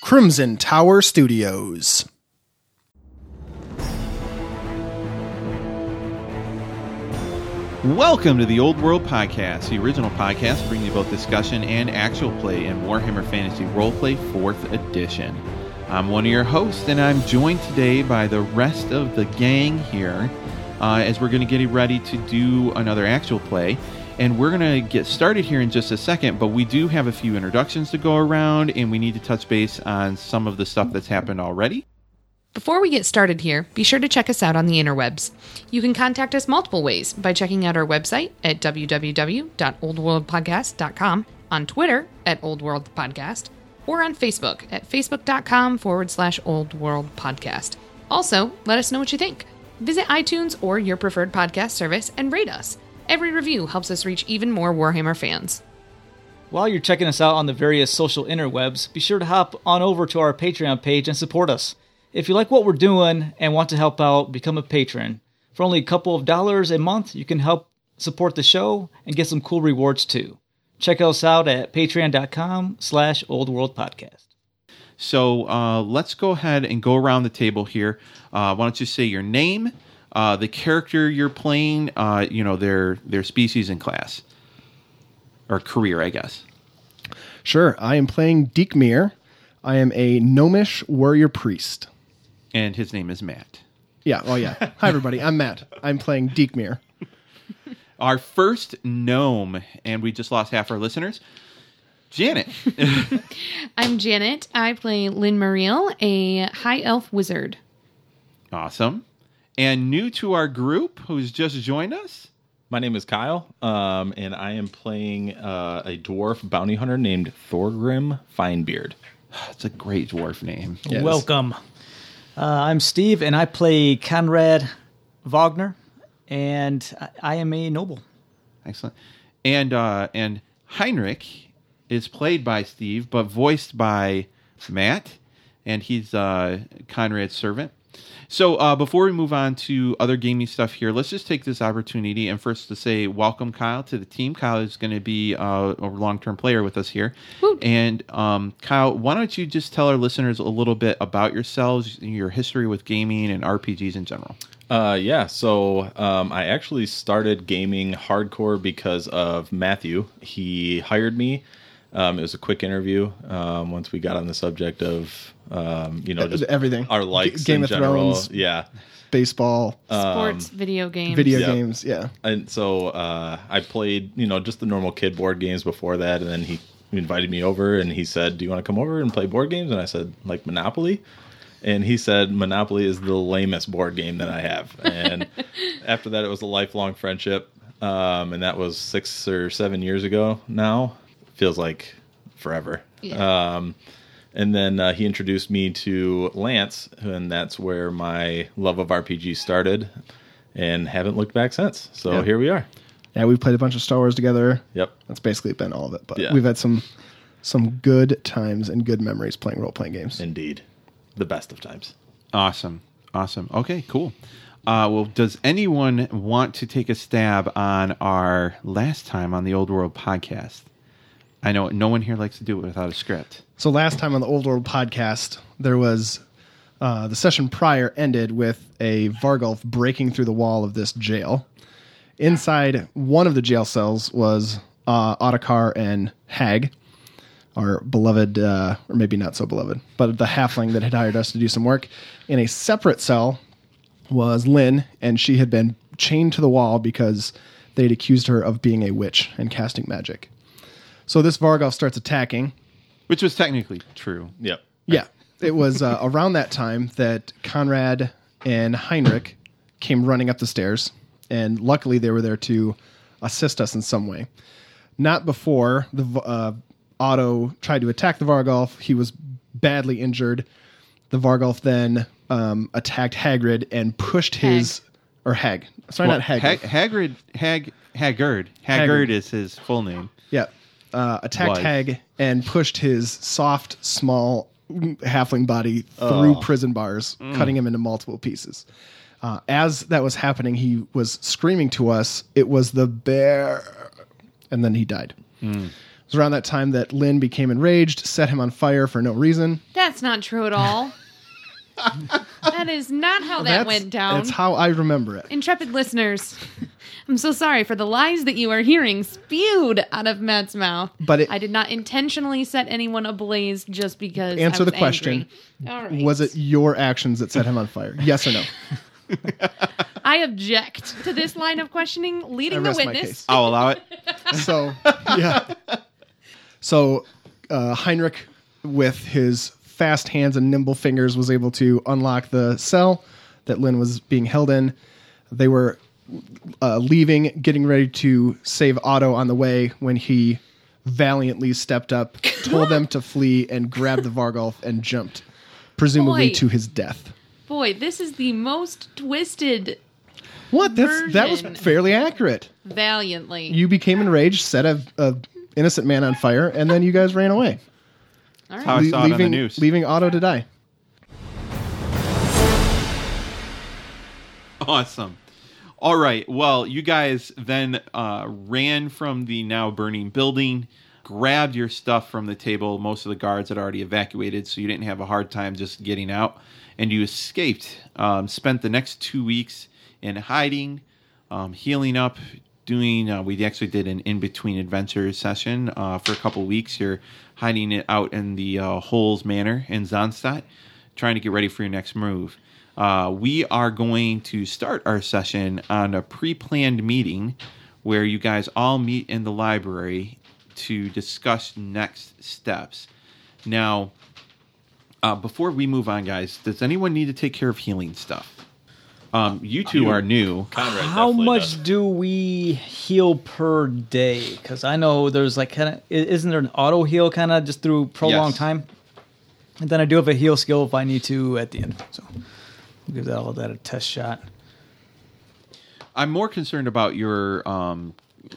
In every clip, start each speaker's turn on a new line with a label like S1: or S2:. S1: Crimson Tower Studios.
S2: Welcome to the Old World Podcast, the original podcast bringing you both discussion and actual play in Warhammer Fantasy Roleplay 4th Edition. I'm one of your hosts, and I'm joined today by the rest of the gang here uh, as we're going to get ready to do another actual play. And we're going to get started here in just a second, but we do have a few introductions to go around, and we need to touch base on some of the stuff that's happened already.
S3: Before we get started here, be sure to check us out on the interwebs. You can contact us multiple ways by checking out our website at www.oldworldpodcast.com, on Twitter at Old World Podcast, or on Facebook at facebook.com forward slash Old World Podcast. Also, let us know what you think. Visit iTunes or your preferred podcast service and rate us. Every review helps us reach even more Warhammer fans.
S4: While you're checking us out on the various social interwebs, be sure to hop on over to our Patreon page and support us. If you like what we're doing and want to help out, become a patron. For only a couple of dollars a month, you can help support the show and get some cool rewards too. Check us out at patreon.com slash oldworldpodcast.
S2: So uh, let's go ahead and go around the table here. Uh, why don't you say your name, uh, the character you're playing, uh, you know their their species and class, or career, I guess.
S1: Sure, I am playing Deekmir. I am a gnomish warrior priest.
S2: And his name is Matt.
S1: Yeah, oh yeah. Hi everybody, I'm Matt. I'm playing Deekmir.
S2: Our first gnome, and we just lost half our listeners. Janet,
S3: I'm Janet. I play Lynn Mariel, a high elf wizard.
S2: awesome, and new to our group who's just joined us.
S5: My name is Kyle, um, and I am playing uh, a dwarf bounty hunter named Thorgrim Finebeard.
S2: That's a great dwarf name.
S1: Yes.
S4: Welcome. Uh, I'm Steve, and I play Conrad Wagner, and I, I am a noble.
S2: Excellent. And uh, and Heinrich is played by Steve, but voiced by Matt, and he's uh, Conrad's servant. So uh, before we move on to other gaming stuff here, let's just take this opportunity and first to say welcome Kyle to the team. Kyle is going to be uh, a long-term player with us here, and um, Kyle, why don't you just tell our listeners a little bit about yourselves, your history with gaming and RPGs in general?
S5: Uh, yeah, so um, I actually started gaming hardcore because of Matthew. He hired me. Um, it was a quick interview. Um, once we got on the subject of, um, you know, just
S1: E-, Everything.
S5: our
S1: G-
S5: likes,
S1: Game
S5: in
S1: of
S5: general.
S1: Thrones.
S5: Yeah,
S1: Baseball, uh,
S3: Sports, video games.
S1: video
S5: Uh, yeah.
S1: games, yeah.
S5: and so uh, I played, you know, just the normal kid board games before that, and then he invited me over, and he said, "Do you want to come over and play board games?" And I said, "Like Monopoly." And he said, "Monopoly is the lamest board game that I have." And after that, it was a lifelong friendship, um, and that was six or seven years ago. Now feels like forever.
S3: Yeah.
S5: Um, and then uh, he introduced me to Lance, and that's where my love of RPG started, and haven't looked back since. So
S2: Yeah.
S5: here we are.
S1: Yeah, we've played a bunch of Star Wars together.
S5: Yep.
S1: That's basically been all of it. But
S5: Yeah.
S1: we've had some some good times and good memories playing role playing games.
S5: Indeed. The best of times.
S2: Awesome. Awesome. Okay, cool. Uh, well, does anyone want to take a stab on our last time on the Old World podcast? I know no one here likes to do it without a script.
S1: So last time on the Old World podcast, there was uh, the session prior ended with a Vargolf breaking through the wall of this jail. Inside one of the jail cells was uh, Ottakar and Hag, our beloved, uh, or maybe not so beloved, but the halfling that had hired us to do some work. In a separate cell was Lynn, and she had been chained to the wall because they'd accused her of being a witch and casting magic. So this Vargolf starts attacking,
S2: Which was technically true.
S5: Yep.
S1: yeah. It was uh, around that time that Conrad and Heinrich came running up the stairs, and luckily they were there to assist us in some way. Not before the v- uh, Otto tried to attack the Vargolf. He was badly injured. The Vargolf then um, attacked Hagrid and pushed his or Hag. Sorry, not Hag.
S2: Hag- Hagrid, Hag, Haggard. Haggard
S1: Haggard.
S2: is his full name.
S1: Yeah. Uh, attacked
S2: Was.
S1: Hag and pushed his soft, small halfling body through prison bars, cutting him into multiple pieces. Uh, as that was happening, he was screaming to us, It was the bear. And then he died. was around that time that Lynn became enraged, set him on fire for no reason.
S3: That's not true at all. that is not how that
S1: That's-
S3: went down.
S1: That's how I remember it.
S3: Intrepid listeners, I'm so sorry for the lies that you are hearing spewed out of Matt's mouth.
S1: But it-
S3: I did not intentionally set anyone ablaze just because. I
S1: Answer
S3: was
S1: the question.
S3: angry. All right.
S1: Was it your actions that set him on fire? Yes or no?
S3: I object to this line of questioning,
S1: I
S3: leading the
S1: rest my
S3: witness.
S1: case.
S2: I'll allow it.
S1: So yeah. So uh, Heinrich, with his fast hands and nimble fingers, was able to unlock the cell that Lynn was being held in. They were uh, leaving, getting ready to save Otto on the way when he valiantly stepped up, told them to flee, and grabbed the Vargolf and jumped, presumably
S3: Boy.
S1: to his death.
S3: Boy, this is the most twisted.
S1: What? That's, that was
S3: Version.
S1: fairly accurate.
S3: Valiantly,
S1: You became enraged, set a, a innocent man on fire, and then you guys ran away.
S3: All right.
S2: How I
S1: Le-
S2: saw it on
S1: leaving,
S2: the news.
S1: leaving Otto to die.
S2: Awesome. All right. Well, you guys then uh, ran from the now burning building, grabbed your stuff from the table. Most of the guards had already evacuated, so you didn't have a hard time just getting out. And you escaped. Um, spent the next two weeks in hiding, um, healing up, doing. Uh, we actually did an in between adventure session uh, for a couple weeks. You're hiding it out in the uh, Holes Manor in Zonstadt trying to get ready for your next move. Uh, we are going to start our session on a pre planned meeting where you guys all meet in the library to discuss next steps. Now, uh, before we move on, guys, does anyone need to take care of healing stuff? Um, you two are new.
S5: Conrad
S4: How
S5: definitely
S4: much
S5: does.
S4: do we heal per day? Because I know there's like kind of isn't there an auto heal kind of just through prolonged
S2: Yes.
S4: time? And then I do have a heal skill if I need to at the end. So I'll give that all that a test shot.
S2: I'm more concerned about your um,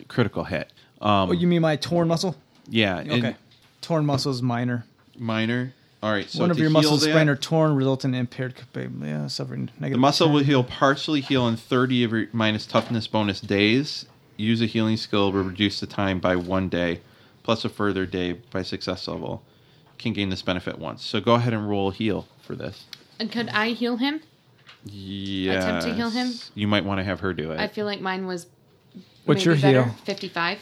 S2: critical hit. Um,
S4: Oh, you mean my torn muscle?
S2: yeah. and
S4: Okay, torn muscle is minor.
S2: Minor. All right. So
S4: One of
S2: to
S4: your
S2: heal
S4: muscles
S2: that-
S4: sprained or torn, resulting in impaired capability. Yeah, suffering negative.
S2: The muscle will
S4: 10.
S2: heal partially heal in 30 of your minus toughness bonus days. Use a healing skill to reduce the time by one day, plus a further day by success level. Can gain this benefit once. So go ahead and roll heal for this.
S3: and could I heal him?
S2: Yeah.
S3: Attempt to heal him?
S2: You might want to have her do it.
S3: I feel like mine was.
S4: What's
S3: maybe
S4: your
S3: better,
S4: heal?
S3: Fifty-five.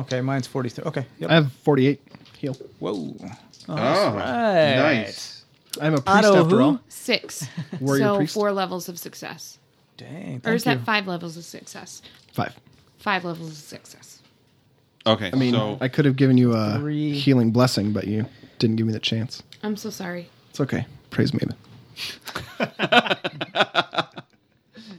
S4: Okay, mine's forty three. Okay. Yep.
S2: Uh,
S1: I have 48 heal.
S4: Whoa.
S2: oh,
S4: right.
S2: nice.
S1: I'm a priest
S4: Auto
S1: after
S4: who?
S1: all.
S3: Six.
S1: Warrior
S3: so
S1: priest?
S3: four levels of success.
S4: Dang.
S3: or is
S4: thank you.
S3: that five levels of success?
S1: Five.
S3: Five levels of success.
S2: Okay.
S1: I mean,
S2: so
S1: I could have given you a
S4: Three.
S1: healing blessing, but you didn't give me the chance.
S3: I'm so sorry.
S1: It's okay. Praise Maven.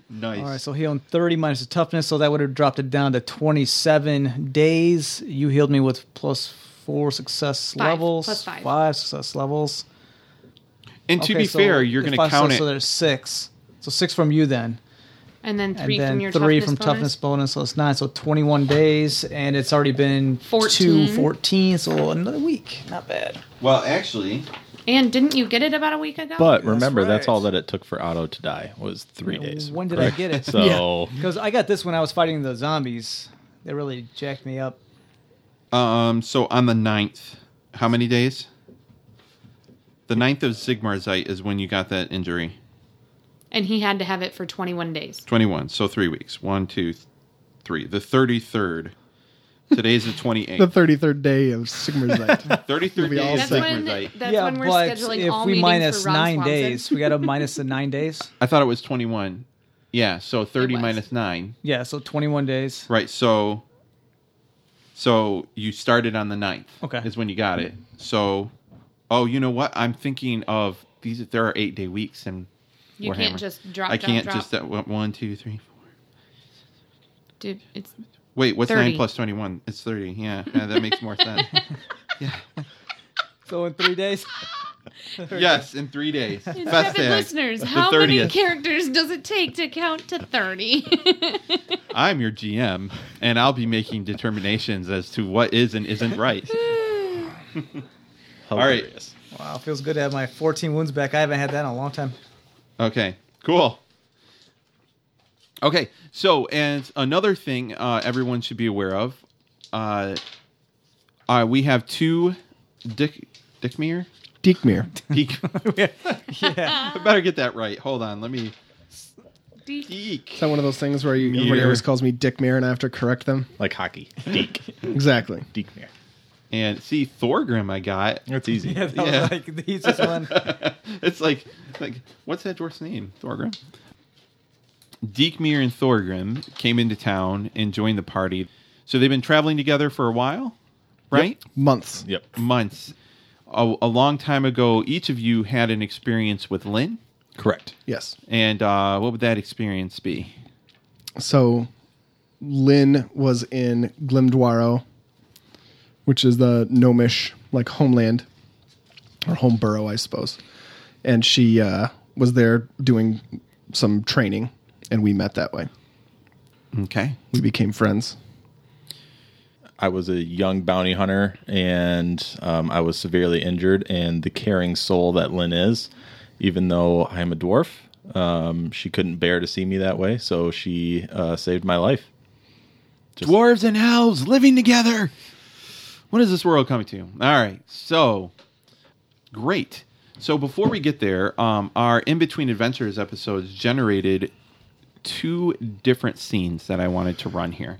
S2: nice.
S4: All right, so healing 30 minus the toughness, so that would have dropped it down to 27 days. You healed me with plus four success
S3: Five,
S4: levels.
S3: plus five.
S4: success levels.
S2: and to
S4: Okay,
S2: be
S4: so
S2: fair, you're
S4: if
S2: going to
S4: five- so-
S2: count
S4: so,
S2: it.
S4: there's six. So six from you then.
S3: And then
S4: And
S3: three
S4: then
S3: from your
S4: three
S3: toughness
S4: from
S3: bonus.
S4: toughness bonus, so it's nine. So 21 days, and it's already been two,
S3: 14.
S4: 14, so another week. Not bad.
S2: Well, actually,
S3: And didn't you get it about a week ago?
S5: But remember,
S4: right.
S5: that's all that it took for Otto to die was three days.
S4: When did I get it?
S5: So
S4: Because I got this when I was fighting the zombies. They really jacked me up.
S2: um, so on the 9th, how many days? The 9th of Sigmarzite is when you got that injury.
S3: and he had to have it for 21 days.
S2: 21. So three weeks. One, two, th- three. The 33rd. Today's the
S1: The
S2: 28th.
S1: 33rd day of Sigmar's night.
S2: 33rd
S1: be
S2: day
S1: all
S2: is
S3: That's
S1: sick.
S2: Sigma's
S3: when,
S2: night.
S3: that's when we're scheduling
S4: if
S3: all
S4: we
S3: meetings
S4: minus
S3: for Ron
S4: nine
S3: Swanson.
S4: days, we got to minus the nine days.
S2: I thought it was 21. Yeah, so 30
S3: was.
S2: minus 9.
S4: Yeah, so 21 days.
S2: Right, so so you started on the 9th.
S4: Okay.
S2: Is when you got it. So oh, you know what? I'm thinking of these there are 8-day weeks and
S3: You can't just drop,
S2: I
S3: drop,
S2: can't
S3: drop.
S2: just uh, one, two, three, four.
S3: Dude, it's
S2: Wait, what's
S3: 30.
S2: 9 plus 21? It's 30. Yeah, yeah that makes more sense.
S4: So in three days.
S2: yes, in 3 days.
S3: Intrepid
S2: Festag,
S3: listeners,
S2: the
S3: how many
S2: 30th.
S3: characters does it take to count to 30?
S2: I'm your GM, and I'll be making determinations as to what is and isn't right.
S5: all
S2: right.
S4: Wow, feels good to have my 14 wounds back. I haven't had that in a long time.
S2: Okay, cool. Okay, so and another thing uh, everyone should be aware of: uh, Uh, we have two Dick Dickmere.
S1: Diekmeer.
S2: Peak. I better get that right. Hold on. Let me.
S3: Deke.
S1: Is
S2: Eek.
S1: that one of those things where you, everybody
S5: Meir.
S1: always calls me Dickmeer and I have to correct them?
S5: Like hockey. Deke.
S1: Exactly.
S5: Deke.
S2: And see, Thorgrim, I got.
S5: That's easy.
S4: Yeah, that
S2: Yeah.
S4: was like the easiest one.
S2: It's like, like, what's that dwarf's name? Thorgrim. Deekmir and Thorgrim came into town and joined the party. So they've been traveling together for a while, right?
S1: Months.
S5: Yep.
S2: Months. A, a long time ago, each of you had an experience with Lynn.
S5: Correct.
S1: Yes.
S2: And uh, what would that experience be?
S1: So Lynn was in Glimdwaro, which is the gnomish like homeland or home borough, I suppose. And she uh, was there doing some training, and we met that way.
S2: Okay.
S1: We became friends.
S5: I was a young bounty hunter and um, I was severely injured. And the caring soul that Lynn is, even though I'm a dwarf, um, she couldn't bear to see me that way. So she uh, saved my life.
S2: Dwarves and elves living together. When is this world coming to? All right. So great. So before we get there, um, our in between adventures episodes generated two different scenes that I wanted to run here.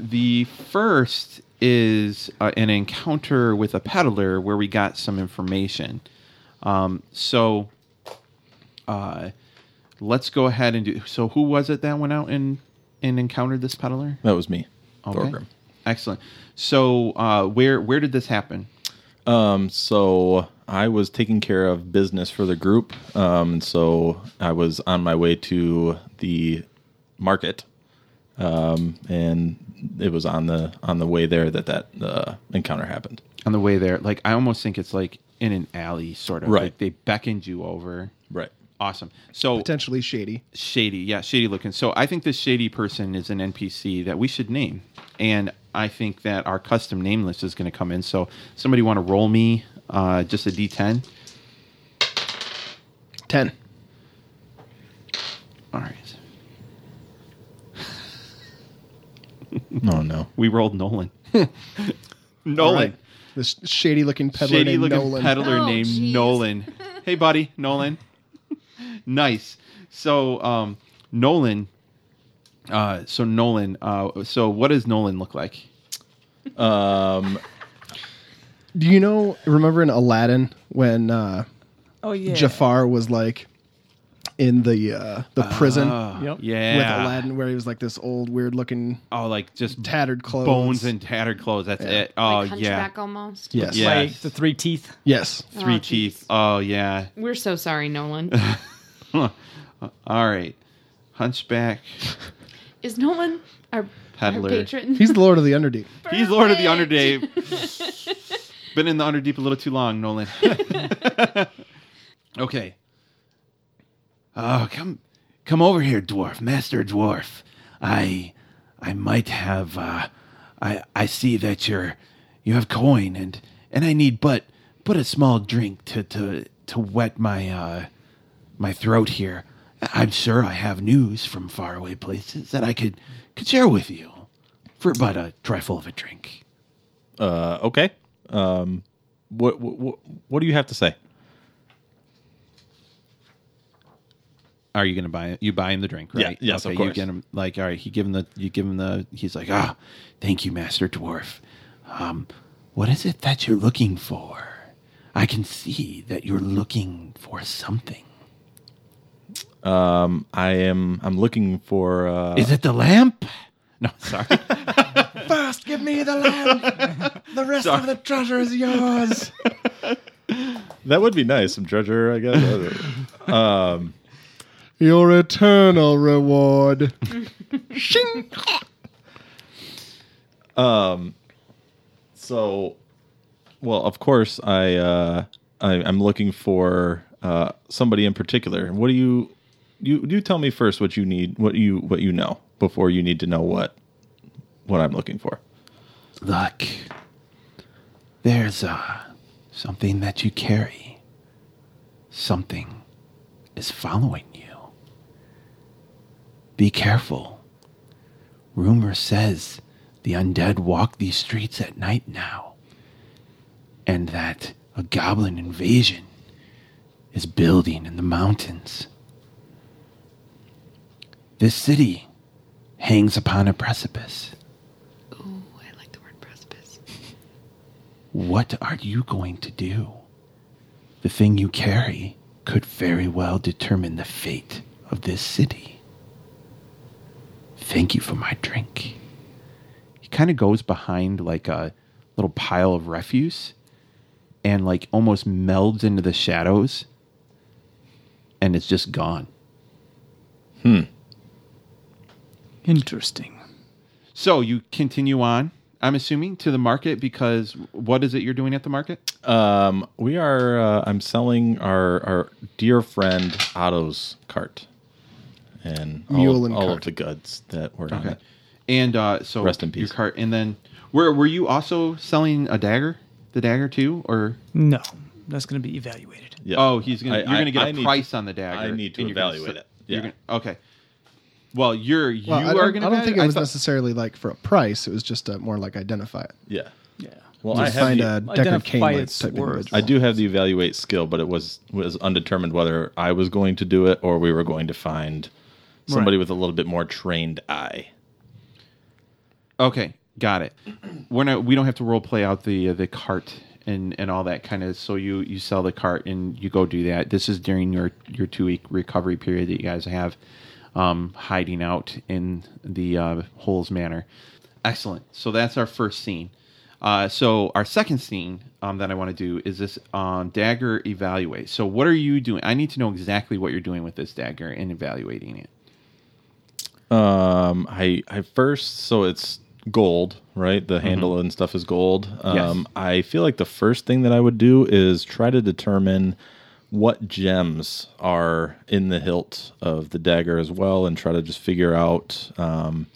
S2: The first is uh, an encounter with a peddler where we got some information. Um, so uh, let's go ahead and do. So who was it that went out and and encountered this peddler?
S5: That was me,
S2: Okay.
S5: Thorgrim.
S2: Excellent. So uh, where where did this happen?
S5: Um, so I was taking care of business for the group. Um, and so I was on my way to the market. Um, and it was on the on the way there that that uh, encounter happened.
S2: On the way there, like I almost think it's like in an alley, sort of.
S5: Right.
S2: Like they beckoned you over.
S5: Right.
S2: Awesome. So
S1: Potentially shady.
S2: shady, yeah, shady looking. So I think this shady person is an NPC that we should name, and I think that our custom name list is going to come in. So somebody want to roll me uh, just a D10?
S1: Ten.
S2: All right.
S5: Oh no.
S2: We rolled Nolan. Nolan.
S1: All right. This shady looking peddler
S2: shady
S1: named
S2: looking
S1: Nolan.
S2: peddler
S3: Oh,
S2: named
S3: jeez.
S2: Nolan. Hey, buddy, Nolan. nice. So, um, Nolan. Uh, so Nolan. Uh, so what does Nolan look like?
S5: Um,
S1: Do you know? Remember in Aladdin when uh,
S4: Oh yeah.
S1: Jafar was like in the uh, the prison
S4: Yep.
S2: Ah, Yeah.
S1: with Aladdin, where he was like this old, weird looking
S2: Oh, like just
S1: tattered clothes.
S2: bones and tattered clothes. That's it. Oh
S3: like
S2: yeah.
S3: hunchback almost.
S1: yes,
S2: Yeah.
S4: Like
S2: Yes.
S4: the three teeth.
S1: yes.
S2: Three
S3: Oh,
S2: teeth.
S3: geez.
S2: Oh yeah.
S3: We're so sorry, Nolan.
S2: All right. Hunchback
S3: Is Nolan our, our
S2: peddler.
S3: patron?
S1: He's the Lord of the Underdeep.
S2: He's Lord of the
S3: Perfect.
S2: Underdeep. Been in the Underdeep a little too long, Nolan. okay. Oh, come, come over here, dwarf, master dwarf. I, I might have. Uh, I, I see that you're, you have coin, and and I need but but a small drink to to to wet my uh, my throat here. I'm sure I have news from faraway places that I could could share with you for but a trifle of a drink.
S5: uh, okay. Um, what, what what- what do you have to say?
S2: Are you going to buy it? You buy him the drink,
S5: Yeah,
S2: right?
S5: yes, of
S2: You
S5: course.
S2: get him like all right. He give him the you give him the. He's like, ah, thank you, Master Dwarf. Um, what is it that you're looking for? I can see that you're looking for something.
S5: I am I'm looking for uh,
S2: is it the lamp? No, sorry.
S1: First, give me the lamp. The rest of the treasure is yours.
S5: that would be nice some treasure I guess.
S1: Your eternal reward.
S5: so, well, of course I uh, I I'm looking for uh, somebody in particular. What do you you you tell me first what you need what you what you know before you need to know what what I'm looking for.
S2: Look, there's uh, something that you carry. Something is following you. Be careful. Rumor says the undead walk these streets at night now. and that a goblin invasion is building in the mountains. This city hangs upon a precipice.
S3: Ooh, I like the word precipice.
S2: What are you going to do? The thing you carry could very well determine the fate of this city. Thank you for my drink. He kind of goes behind like a little pile of refuse and like almost melds into the shadows and it's just gone.
S4: Interesting.
S2: So you continue on, I'm assuming, to the market because what is it you're doing at the market?
S5: Um, we are. Uh, I'm selling our our dear friend Otto's cart and all,
S1: Mule and
S5: all
S1: cart.
S5: of the goods that were on
S2: Okay.
S5: it.
S2: And uh, so
S5: Rest in
S2: Your
S5: peace.
S2: cart, and then were were you also selling a dagger, the dagger too, or
S4: No, that's going to be evaluated.
S5: Yeah.
S2: oh he's gonna
S5: I-
S2: you're
S5: I-
S2: gonna get
S5: I
S2: a
S5: need
S2: price
S5: to-
S2: on the dagger.
S5: I need to
S2: and you're gonna
S5: evaluate
S2: se-
S5: it.
S2: you're
S5: Yeah.
S2: gonna- okay. Well, you're you
S1: Well, I don't,
S2: are gonna.
S1: I don't
S2: evaluate
S1: think it was
S2: thought-
S1: necessarily like for a price. It was just a, more like identify it.
S5: Yeah.
S4: Yeah.
S5: Well, I
S1: Just
S5: have
S1: find
S5: the-
S1: a Deckard Cain
S4: Identify
S1: like
S4: its
S1: type
S4: worth.
S1: individual.
S5: I do have the evaluate skill, but it was was undetermined whether I was going to do it or we were going to find somebody
S4: Right.
S5: with a little bit more trained eye.
S2: Okay, got it. We're not. We don't have to role play out the uh, the cart and and all that kind of. So you you sell the cart and you go do that. This is during your your two week recovery period that you guys have, um, hiding out in the uh, holes manor. Excellent. So that's our first scene. Uh, so our second scene um, that I want to do is this um, dagger evaluate. So what are you doing? I need to know exactly what you're doing with this dagger and evaluating it.
S5: Um, I I first so it's gold, right? The
S4: Mm-hmm.
S5: handle and stuff is gold. Um, I feel like the first thing that I would do is try to determine what gems are in the hilt of the dagger as well, and try to just figure out, um,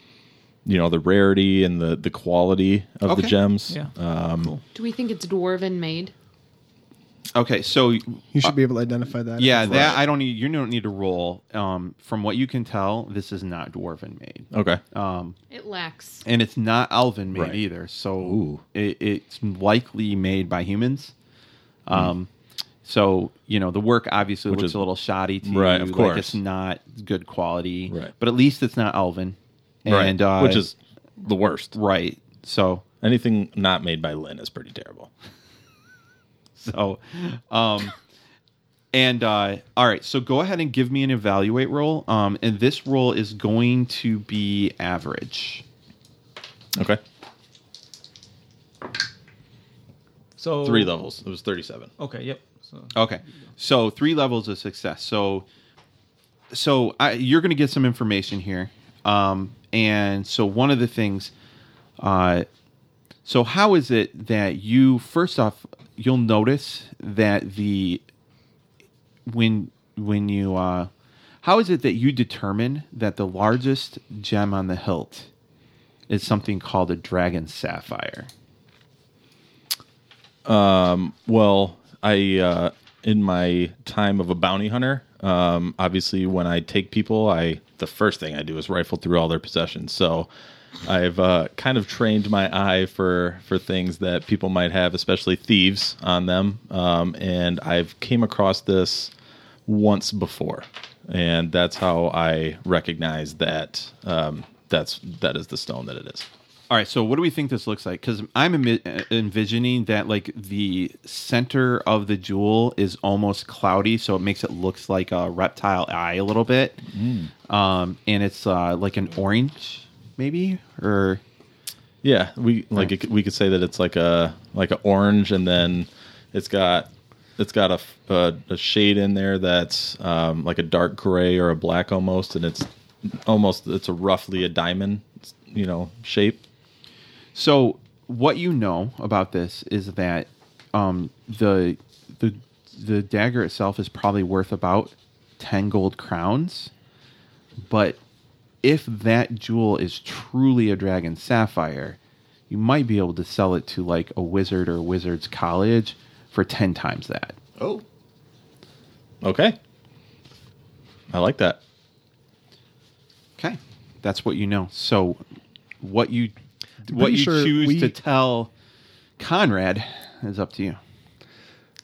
S5: you know, the rarity and the the quality of
S2: Okay.
S5: the gems. Uh,
S4: Yeah.
S3: Do we think it's dwarven made?
S2: Okay, so
S1: You should be able to identify that.
S2: Yeah, that I don't need. You don't need to roll. Um, from what you can tell, this is not dwarven made,
S5: Okay.
S3: It lacks.
S2: and it's not elven made
S5: Right.
S2: either. So
S5: Ooh.
S2: it, it's likely made by humans. Um, so you know the work obviously
S5: Hmm. Which
S2: looks
S5: is-
S2: a little shoddy to
S5: Right,
S2: you.
S5: of
S2: Like it's
S5: course.
S2: not good quality,
S5: Right.
S2: but at least it's not elven, and uh,
S5: which is the worst.
S2: right. So
S5: Anything not made by Lynn is pretty terrible.
S2: So, um, and uh, all right, so go ahead and give me an evaluate roll. Um, and this roll is going to be average.
S5: Okay.
S4: So
S5: Three levels. It was 37.
S4: Okay. Yep. So
S2: Okay, so three levels of success. So, so I, you're going to get some information here. Um, and so one of the things, uh, so how is it that you first off you'll notice that the when when you uh, how is it that you determine that the largest gem on the hilt is something called a dragon sapphire?
S5: Well, I uh, in my time of a bounty hunter, um, obviously when I take people, I the first thing I do is rifle through all their possessions. So I've uh, kind of trained my eye for for things that people might have, especially thieves on them. Um, and I've came across this once before, and that's how I recognize that um, that's that is the stone that it is.
S2: All right, so what do we think this looks like? Because I'm envi- uh, envisioning that like the center of the jewel is almost cloudy, so it makes it looks like a reptile eye a little bit, um, and it's uh, like an orange, maybe or
S5: Yeah, we like it, we could say that it's like a like an orange, and then it's got it's got a, f- a- a shade in there that's um, like a dark gray or a black almost, and it's almost it's a roughly a diamond, you know, shape.
S2: So what you know about this is that um, the the the dagger itself is probably worth about ten gold crowns, but if that jewel is truly a dragon sapphire, you might be able to sell it to like a wizard or wizard's college for ten times that.
S5: Oh, okay, I like that.
S2: Okay, that's what you know. So what you
S1: pretty
S2: what you
S1: sure
S2: choose
S1: we-
S2: to tell Conrad is up to you.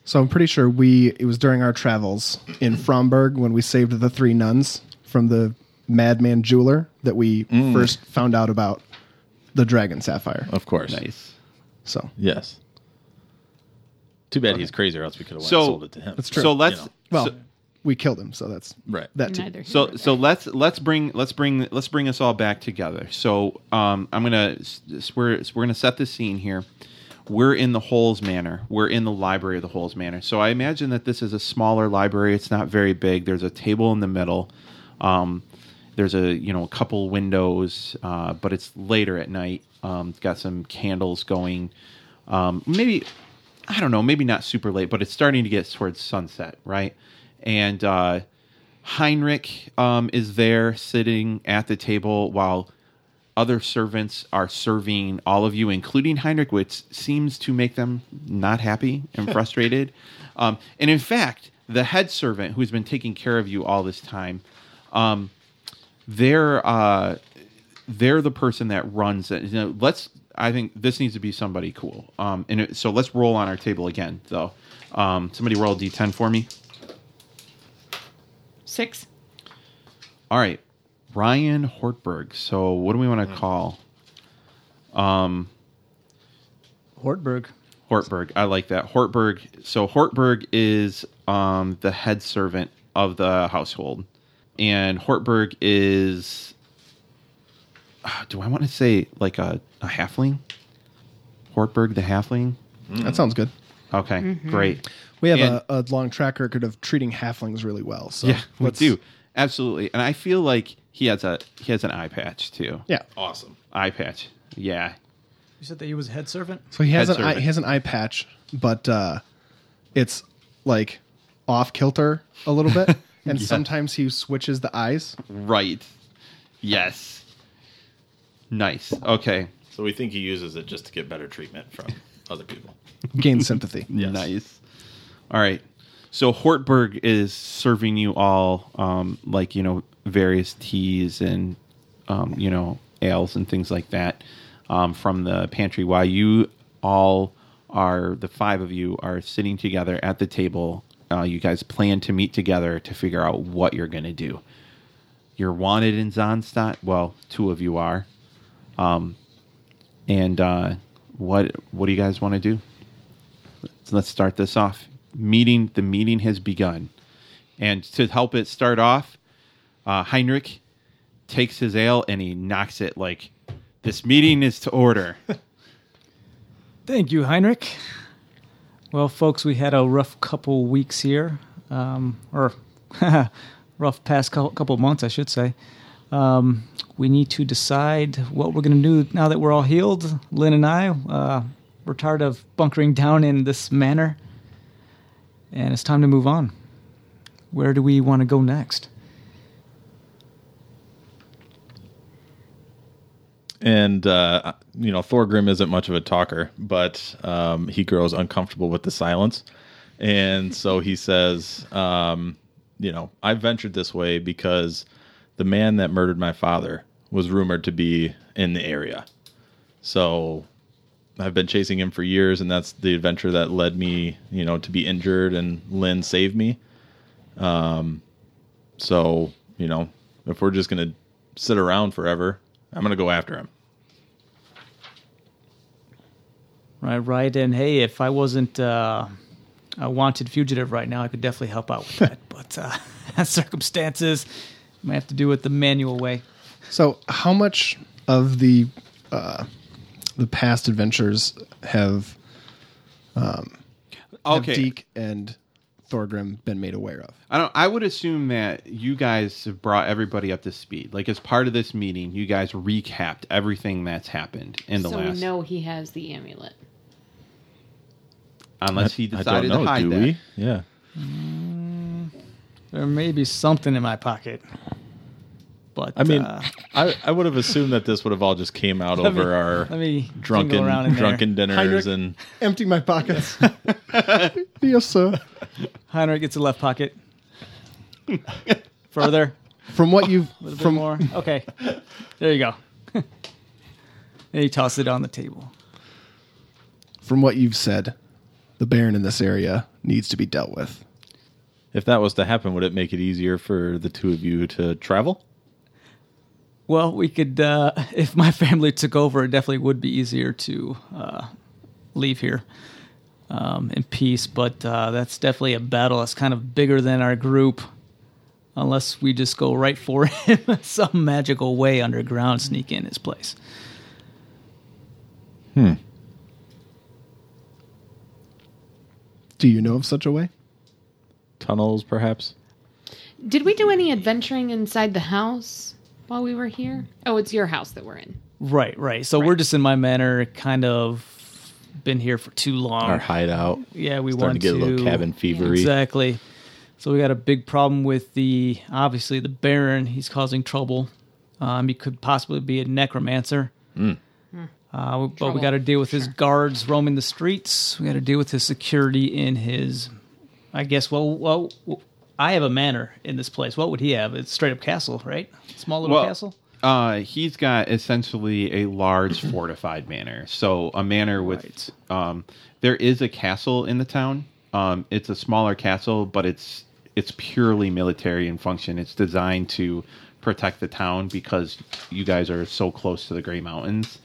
S1: So I'm pretty sure we it was during our travels in Fromberg when we saved the three nuns from the madman jeweler that we
S2: Mm.
S1: first found out about the dragon sapphire.
S5: Of course.
S2: Nice.
S1: So
S5: Yes. Too bad he's crazy, or else we could have
S2: So-
S5: sold it to him.
S1: That's true.
S2: So let's
S5: You know.
S1: well,
S2: so-
S1: we killed him, so that's
S5: Right.
S1: that too.
S6: Neither.
S2: So so let's let's bring let's bring let's bring us all back together. So um, I'm gonna s- s- we're s- we're gonna set the scene here. We're in the Holes Manor. We're in the library of the Holes Manor. So I imagine that this is a smaller library. It's not very big. There's a table in the middle. Um, there's a you know a couple windows, uh, but it's later at night. Um, it's got some candles going. Um, maybe I don't know. Maybe not super late, but it's starting to get towards sunset, right? And uh, Heinrich um, is there sitting at the table while other servants are serving all of you, including Heinrich, which seems to make them not happy and frustrated. Um, and in fact, the head servant who's been taking care of you all this time, um, they're uh, they're the person that runs it. You know, let's. I think this needs to be somebody cool. Um, and it, so let's roll on our table again, though. Um, somebody roll a d10 for me.
S6: Six.
S2: All right, Ryan Hortberg. So what do we
S1: Hmm.
S2: want to call
S4: Hortberg.
S2: Hortberg? I like that Hortberg. So Hortberg is um, the head servant of the household, and Hortberg is. ah, Do I want to say like a, a halfling? Hortberg the halfling.
S1: That sounds good.
S2: Okay, great.
S1: We have
S2: Mm. And-
S1: a, a long track record of treating halflings really well. So
S2: Yeah, we
S1: let's-
S2: do absolutely. And I feel like he has a he has an eye patch too.
S1: Yeah.
S5: Awesome.
S2: Eye patch. Yeah,
S4: You said that he was head servant.
S1: So he has
S2: Head
S1: an eye,
S2: servant.
S1: he has an eye patch, but uh, it's like off kilter a little bit, and sometimes he switches the eyes.
S2: Right. Yes. Nice. Okay.
S5: So we think he uses it just to get better treatment from other people.
S1: Gain sympathy.
S2: Nice. All right. So Hortberg is serving you all um, like you know various teas and um, you know ales and things like that um, from the pantry while you all are the five of you are sitting together at the table. Uh, you guys plan to meet together to figure out what you're going to do. You're wanted in Zonstadt. Well, two of you are. Um, and uh, what what do you guys want to do? So let's start this off. Meeting the meeting has begun, and to help it start off, uh, Heinrich takes his ale and he knocks it like, "This meeting is to order."
S4: Thank you, Heinrich. Well, folks, we had a rough couple weeks here, um, or rough past cou- couple months, I should say. Um, we need to decide what we're going to do now that we're all healed. Lynn and I, uh, we're tired of bunkering down in this manner, and it's time to move on. Where do we want to go next?
S5: And uh, you know, Thorgrim isn't much of a talker, but um, he grows uncomfortable with the silence, and so he says, um, "You know, I ventured this way because the man that murdered my father was rumored to be in the area, so." I've been chasing him for years, and that's the adventure that led me, you know, to be injured, and Lynn saved me. So, you know, if we're just going to sit around forever, I'm going to go after him.
S4: Right, right. And hey, if I wasn't uh, a wanted fugitive right now, I could definitely help out with that. but uh, circumstances, I might have to do it the manual way.
S1: So how much of the uh, the past adventures have have Deke and Thorgrim been made aware of?
S2: I don't. I would assume that you guys have brought everybody up to speed. Like as part of this meeting, you guys recapped everything that's happened in the
S6: so
S2: last.
S6: we know he has the amulet.
S2: unless he decided to hide that.
S5: Yeah.
S4: There may be something in my pocket. But
S5: I mean,
S4: uh,
S5: I, I would have assumed that this would have all just came out
S4: let me-
S5: over our
S4: let me
S5: drunken
S4: jingle around in there.
S5: drunken dinners
S1: Heinrich-
S5: and
S1: Empty my pockets. yes, sir.
S4: Heinrich gets a left pocket. Further,
S1: From what you've
S4: a little
S1: from
S4: bit more. Okay, there you go. and he tosses it on the table.
S1: from what you've said, the Baron in this area needs to be dealt with.
S5: If that was to happen, would it make it easier for the two of you to travel?
S4: Well, we could. Uh, if my family took over, it definitely would be easier to uh, leave here um, in peace. But uh, that's definitely a battle that's kind of bigger than our group, unless we just go right for him in some magical way underground, sneak in his place.
S1: Do you know of such a way?
S5: Tunnels, perhaps?
S3: Did we do any adventuring inside the house while we were here? Oh, it's your house that we're in.
S4: Right, right. So we're just in my manner, kind of been here for too long.
S5: Our hideout.
S4: Oh, Yeah, we
S5: Starting
S4: want
S5: to get a little cabin fevery.
S4: Exactly. So we got a big problem with the obviously the Baron. He's causing trouble. Um, he could possibly be a necromancer.
S5: Hmm.
S4: Uh, we- but we
S3: Trouble,
S4: got to deal with his
S3: sure.
S4: guards roaming the streets. We got to deal with his security in his. I guess. Well, well, I have a manor in this place. What would he have? It's straight up castle, right? Small little castle.
S2: Uh, he's got essentially a large fortified manor. So a manor with um, there is a castle in the town. Um, it's a smaller castle, but it's it's purely military in function. It's designed to protect the town because you guys are so close to the Gray Mountains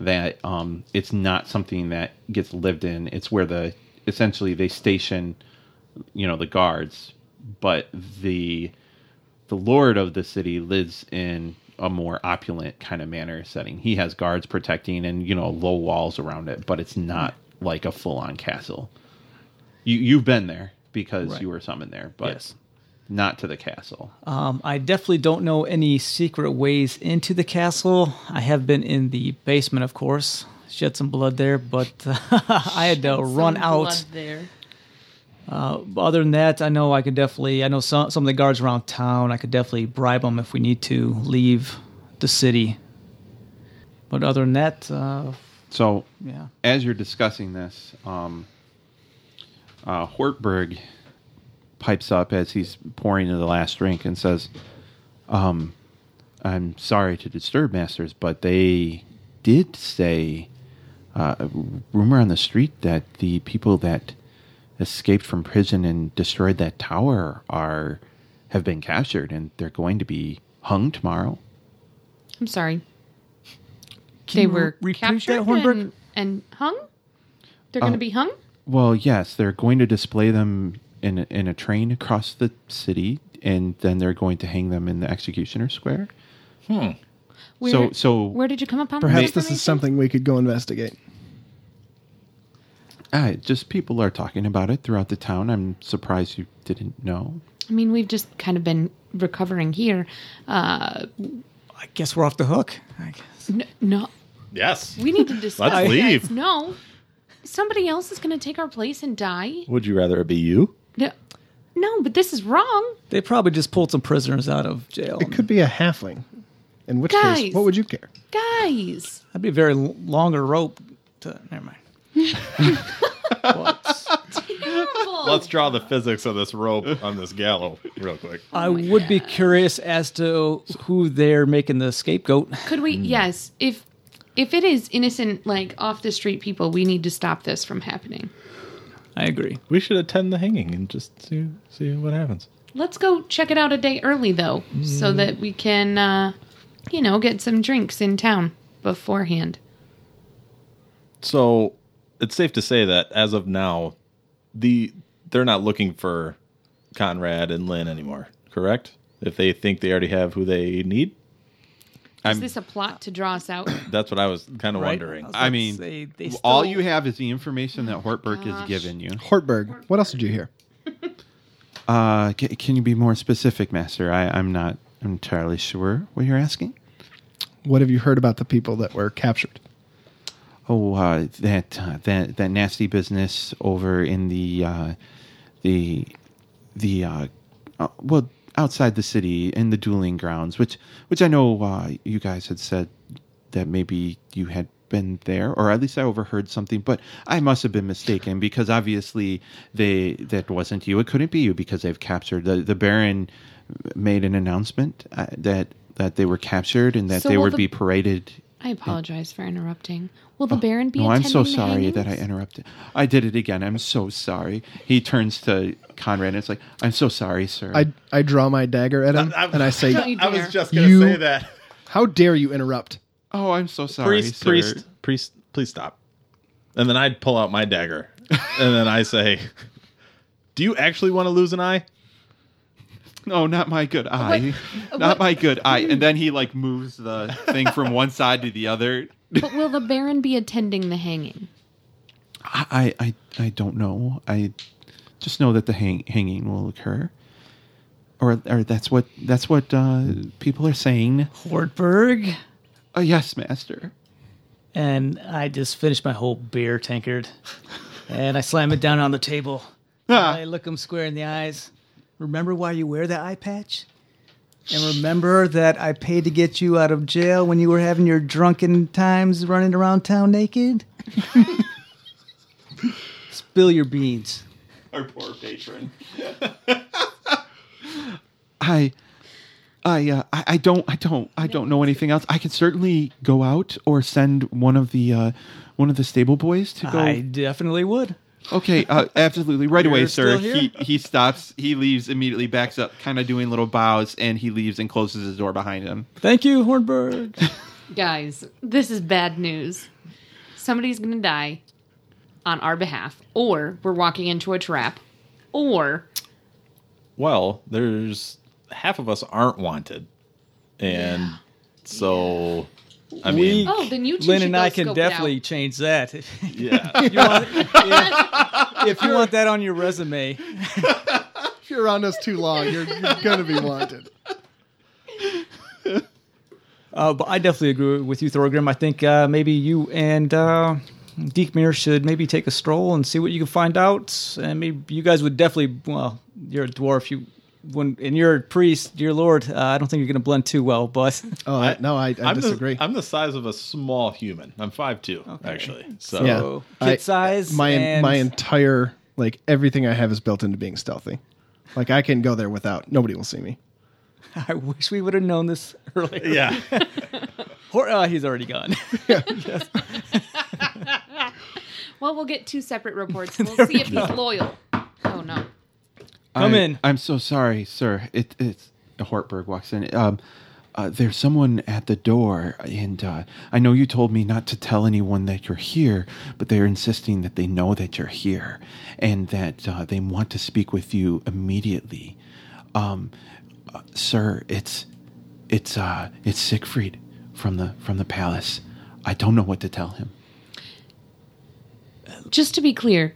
S2: that um, it's not something that gets lived in. It's where the essentially they station, you know, the guards, but the the lord of the city lives in a more opulent kind of manner setting. He has guards protecting and you know low walls around it, but it's not like a full on castle. You you've been there because
S4: Right.
S2: you were summoned there, but
S4: Yes.
S2: not to the castle.
S4: Um, I definitely don't know any secret ways into the castle. I have been in the basement, of course, shed some blood there, but I had to run
S3: Some
S4: out.
S3: blood there.
S4: Other than that, I know I could definitely. I know some some of the guards around town. I could definitely bribe them if we need to leave the city. But other than that, uh,
S2: So
S4: yeah,
S2: as you're discussing this, um, uh, Hortberg pipes up as he's pouring the last drink and says, um, "I'm sorry to disturb, masters, but they did say uh, a rumor on the street that the people that escaped from prison and destroyed that tower are have been captured and they're going to be hung tomorrow."
S3: I'm sorry.
S4: Can
S3: they
S4: you
S3: were
S4: repeat that,
S3: captured
S4: Hornberg?
S3: and, and hung. They're
S2: Uh,
S3: going to be hung.
S2: Well, yes, they're going to display them in a, in a train across the city, and then they're going to hang them in the executioner square.
S3: Where,
S2: so- so-
S3: where did you come upon
S1: Perhaps this
S3: information?
S1: is something we could go investigate.
S2: Ah, just people are talking about it throughout the town. I'm surprised you didn't know.
S3: I mean, we've just kind of been recovering here. Uh,
S4: I guess we're off the hook. I guess.
S3: n- no,
S5: Yes.
S3: we need to discuss.
S5: Let's leave.
S3: this. No, somebody else is going to take our place and die.
S5: Would you rather it be you?
S3: No, no, but this is wrong.
S4: They probably just pulled some prisoners out of jail.
S1: It could be a halfling. In which
S3: Guys.
S1: case, what would you care?
S3: Guys,
S4: That'd be a very l- longer rope. To never mind. But-
S3: terrible.
S5: Let's draw the physics of this rope on this gallow real quick.
S4: I would be curious as to who they're making the scapegoat.
S3: Could we?
S2: Hmm.
S3: Yes. If if it is innocent, like off the street people, we need to stop this from happening.
S4: I agree.
S5: We should attend the hanging and just see see what happens.
S3: Let's go check it out a day early though, so
S2: Hmm.
S3: that we can, uh, you know, get some drinks in town beforehand.
S5: So it's safe to say that as of now, the they're not looking for Conrad and Lynn anymore, correct? If they think they already have who they need?
S3: is this a plot to draw us out?
S5: That's what I was kind of
S4: Right?
S5: wondering.
S4: was
S2: I
S4: about
S2: mean,
S4: to say, they Oh
S2: all
S4: still-
S2: you have is the information that Hortberg has given you.
S1: Hortberg, what else did you hear?
S2: Uh, ca- can you be more specific, Master? I, I'm not entirely sure what you're asking.
S1: What have you heard about the people that were captured?
S2: Oh, uh, that uh, that that nasty business over in the uh, the the uh, uh, well outside the city in the dueling grounds, which which I know uh, you guys had said that maybe you had been there, or at least I overheard something, but I must have been mistaken because obviously they that wasn't you. It couldn't be you because they've captured the the Baron made an announcement uh, that that they were captured and that
S3: So
S2: they
S3: will
S2: would
S3: the-
S2: be paraded
S3: I apologize for interrupting. Will the Baron be?
S2: Oh, No, I'm so
S3: attending the
S2: sorry
S3: hangings?
S2: that I interrupted. I did it again. I'm so sorry. He turns to Conrad and it's like, I'm so sorry, sir.
S1: I, I draw my dagger at him and I say,
S3: Don't you
S5: I
S3: dare.
S5: was just gonna
S1: You-
S5: say that.
S1: How dare you interrupt?
S2: oh, I'm so sorry,
S5: Priest,
S2: sir.
S5: priest, priest, please stop. And then I'd pull out my dagger, and then I say, "Do you actually want to lose an eye?"
S2: No, not my good eye. Not my good eye. And then he like moves the thing from one side to the other.
S3: But will the Baron be attending the hanging?
S2: I, I, I don't know. I just know that the hang, hanging will occur, or, or that's what that's what uh, people are saying.
S4: Wartburg.
S2: Uh, yes, master.
S4: And I just finished my whole beer tankard. And I slam it down on the table.
S2: Ah.
S4: I look him square in the eyes. Remember why you wear that eye patch? And remember that I paid to get you out of jail when you were having your drunken times running around town naked? Spill your beans.
S2: Our poor patron. I, I, uh, I, I don't, I don't, I don't know anything else. I can certainly go out or send one of the, uh, one of the stable boys to go.
S4: I definitely would.
S2: Okay, uh, absolutely, right away,
S4: You're
S2: sir.
S4: still here?
S2: He he stops, he leaves immediately, backs up, kind of doing little bows, and he leaves and closes his door behind him.
S4: Thank you, Hornberg.
S3: Guys, this is bad news. Somebody's going to die on our behalf, or we're walking into a trap, or
S5: Well, there's half of us aren't wanted, and so I mean,
S3: oh, then you two
S4: Lynn
S3: should
S4: and
S3: go
S4: I can
S3: scope it
S4: definitely
S3: out.
S4: change that.
S5: yeah,
S4: You want- if, if you want that on your resume,
S1: If you're around us too long, you're, you're going to be wanted.
S4: Uh, but I definitely agree with you, Thorgrim. I think uh, maybe you and uh, Deekmere should maybe take a stroll and see what you can find out. And maybe you guys would definitely. Well, you're a dwarf. You when and you're a priest, dear lord. Uh, I don't think you're going to blend too well. But
S1: Oh, I, no, I, I
S5: I'm
S1: disagree.
S5: The, I'm the size of a small human. I'm five two, actually. So
S1: yeah.
S4: kid size
S1: My,
S4: and-
S1: my entire, like, everything I have is built into being stealthy. Like, I can go there without, nobody will see me.
S4: I wish we would have known this earlier.
S5: yeah.
S4: Or uh, he's already gone.
S3: Well, we'll get two separate reports. We'll see if he's loyal. Oh no.
S4: Come
S2: I-
S4: in.
S2: I'm so sorry, sir. It, it's Hortberg walks in. Um, uh, there's someone at the door, and uh, I know you told me not to tell anyone that you're here, but they're insisting that they know that you're here and that uh, they want to speak with you immediately. Um, uh, sir, it's it's uh, it's Siegfried from the from the palace. I don't know what to tell him.
S3: Just to be clear,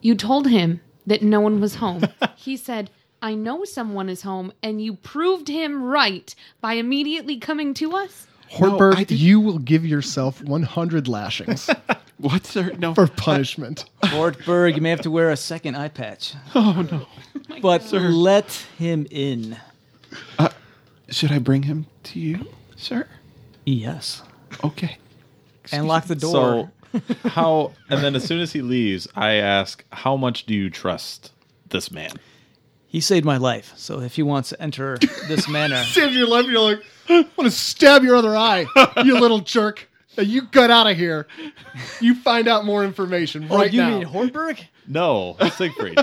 S3: you told him that no one was home. he said, "I know someone is home," and you proved him right by immediately coming to us.
S2: No, I
S1: Hortberg,
S2: did-
S1: you will give yourself 100 lashings
S2: What, sir? No.
S1: for punishment.
S4: Lord Berg, you may have to wear a second eye patch. Oh no! But let him in.
S2: Should I bring him to you, sir?
S4: Yes.
S2: Okay.
S4: And lock the door.
S5: So how? And then as soon as he leaves, I ask, "How much do you trust this man?"
S4: He saved my life. So if he wants to enter this manor,
S1: Stab your left, you're like, I want to stab your other eye, you little jerk. And you get out of here. You find out more information
S4: Oh,
S1: right
S4: you
S1: now.
S4: mean Hornberg?
S5: No, Siegfried.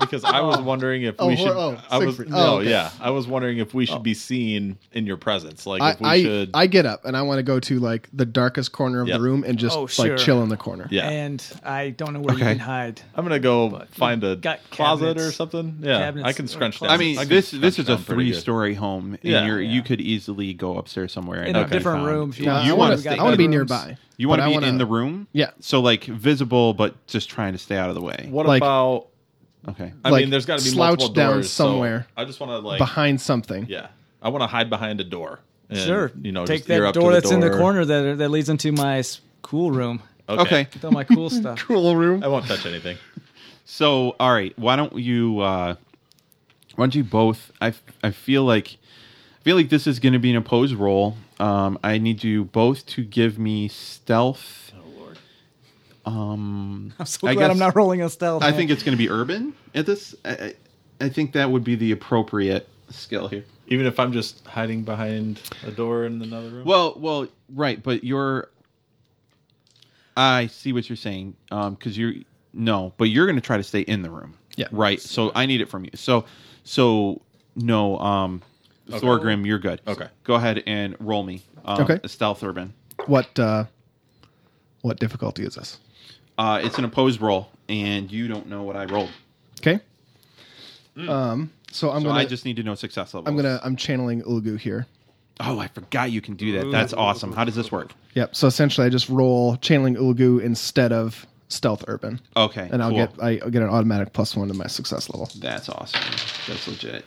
S5: because I was wondering if
S1: Oh,
S5: we
S1: hor-
S5: should.
S1: oh,
S5: I was
S1: Siegfried.
S5: no,
S1: Oh, okay.
S5: yeah. I was wondering if we should be seen in your presence, like
S1: I,
S5: if we
S1: I,
S5: should.
S1: I get up and I want to go to like the darkest corner of
S5: Yep.
S1: the room and just
S4: Oh,
S1: like
S4: sure.
S1: chill in the corner. Uh,
S5: yeah,
S4: And I don't know where you
S2: Okay.
S4: can hide.
S5: I'm gonna go find a
S4: got
S5: closet
S4: cabinets-
S5: or something. Yeah,
S4: cabinets
S5: I can
S4: or
S5: scrunch down.
S2: I mean,
S5: can
S2: this this
S5: scrunch
S2: is a
S5: down pretty
S2: three
S5: good.
S2: story home, and
S5: Yeah.
S2: you're,
S4: Yeah.
S2: you could easily go upstairs somewhere and
S4: In
S2: not
S4: a
S2: be
S4: different
S2: found.
S4: room. If you
S1: No,
S4: want.
S1: I
S2: You
S1: want
S2: wanna
S4: We've
S1: to
S4: got
S2: stay-
S1: I want to be
S4: bedrooms.
S1: nearby.
S2: You want
S1: but
S2: to
S1: I
S2: be
S1: wanna-
S2: in the room,
S1: Yeah.
S2: So like visible, but just trying to stay out of the way.
S5: What
S1: Like-
S5: about?
S2: Okay.
S5: I
S1: like,
S5: mean, there's got to be
S1: slouch
S5: multiple
S1: down
S5: doors, so
S1: somewhere
S5: I just want to like.
S1: behind something.
S5: Yeah, I want to hide behind a door. and,
S4: Sure.
S5: You know,
S4: take
S5: just ear
S4: that
S5: up to
S4: door that's in the
S5: door.
S4: corner that that leads into my s- cool room.
S2: Okay.
S4: With all my cool stuff.
S1: Cool room.
S5: I won't touch anything.
S2: So all right, why don't you uh, why don't you both? I I feel like I feel like this is going to be an opposed roll. Um, I need you both to give me stealth.
S4: I'm so
S2: I
S4: glad I'm
S2: guess-
S4: not rolling a stealth.
S2: I
S4: man.
S2: think it's going to be urban at this. I, I, I think that would be the appropriate skill here.
S5: Even if I'm just hiding behind a door in another room.
S2: Well, well, right, but you're. I see what you're saying, because you're no, but you're going to try to stay in the room.
S1: Yeah.
S2: Right. So I need it from you. So, so no, um, Thorgrim, you're good.
S5: Okay.
S2: Go ahead and roll me. Um,
S1: Okay.
S2: a Stealth urban.
S1: What uh, what difficulty is this?
S2: Uh, it's an opposed roll, and you don't know what I rolled,
S1: Okay. Um. So I'm
S2: Hmm. so
S1: gonna.
S2: I just need to know success level.
S1: I'm gonna. I'm channeling Ulgu here.
S2: Oh, I forgot you can do that. That's awesome. How does this work?
S1: Yep. So essentially, I just roll channeling Ulgu instead of stealth urban.
S2: Okay.
S1: and I'll
S2: cool.
S1: get I get an automatic plus one to my success level.
S2: That's awesome. That's legit.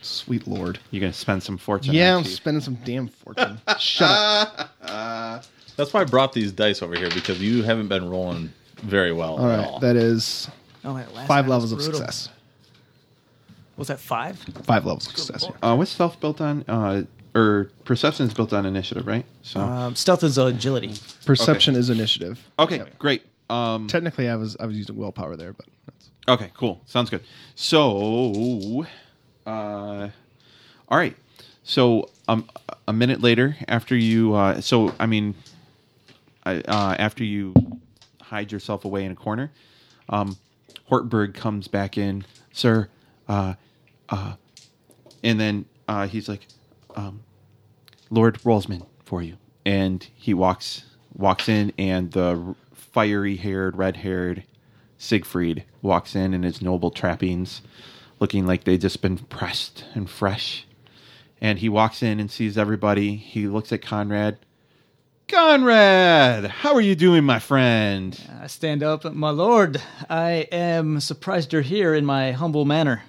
S1: Sweet lord.
S2: You're gonna spend some fortune.
S1: Yeah,
S2: on
S1: I'm
S2: it, Chief.
S1: spending some damn fortune. Shut up.
S5: That's why I brought these dice over here because you haven't been rolling very well
S1: All
S5: at
S1: right,
S5: all.
S1: that is
S6: Oh, that last
S1: five
S6: time was
S1: levels of
S6: brutal.
S1: success.
S6: Was that five?
S1: Five levels of success.
S6: lord.
S1: yeah.
S2: Uh, what's stealth built on? Uh, or perception is built on initiative, right? So
S4: Uh,
S6: Um, stealth is agility.
S1: Perception is initiative.
S2: okay, great. Um,
S1: Technically, I was I was using willpower there, but that's,
S2: okay, cool. Sounds good. So, uh, all right. So um, a minute later, after you, uh, so I mean, I- uh, after you hide yourself away in a corner, um, Hortberg comes back in, sir, uh, uh, and then uh, he's like, um, Lord Rolsman for you, and he walks walks in, and the fiery haired, red haired Siegfried walks in in his noble trappings, looking like they just been pressed and fresh. And he walks in and sees everybody. He looks at Conrad. Conrad, how are you doing, my friend?
S4: I stand up, my lord. I am surprised you're here in my humble manner.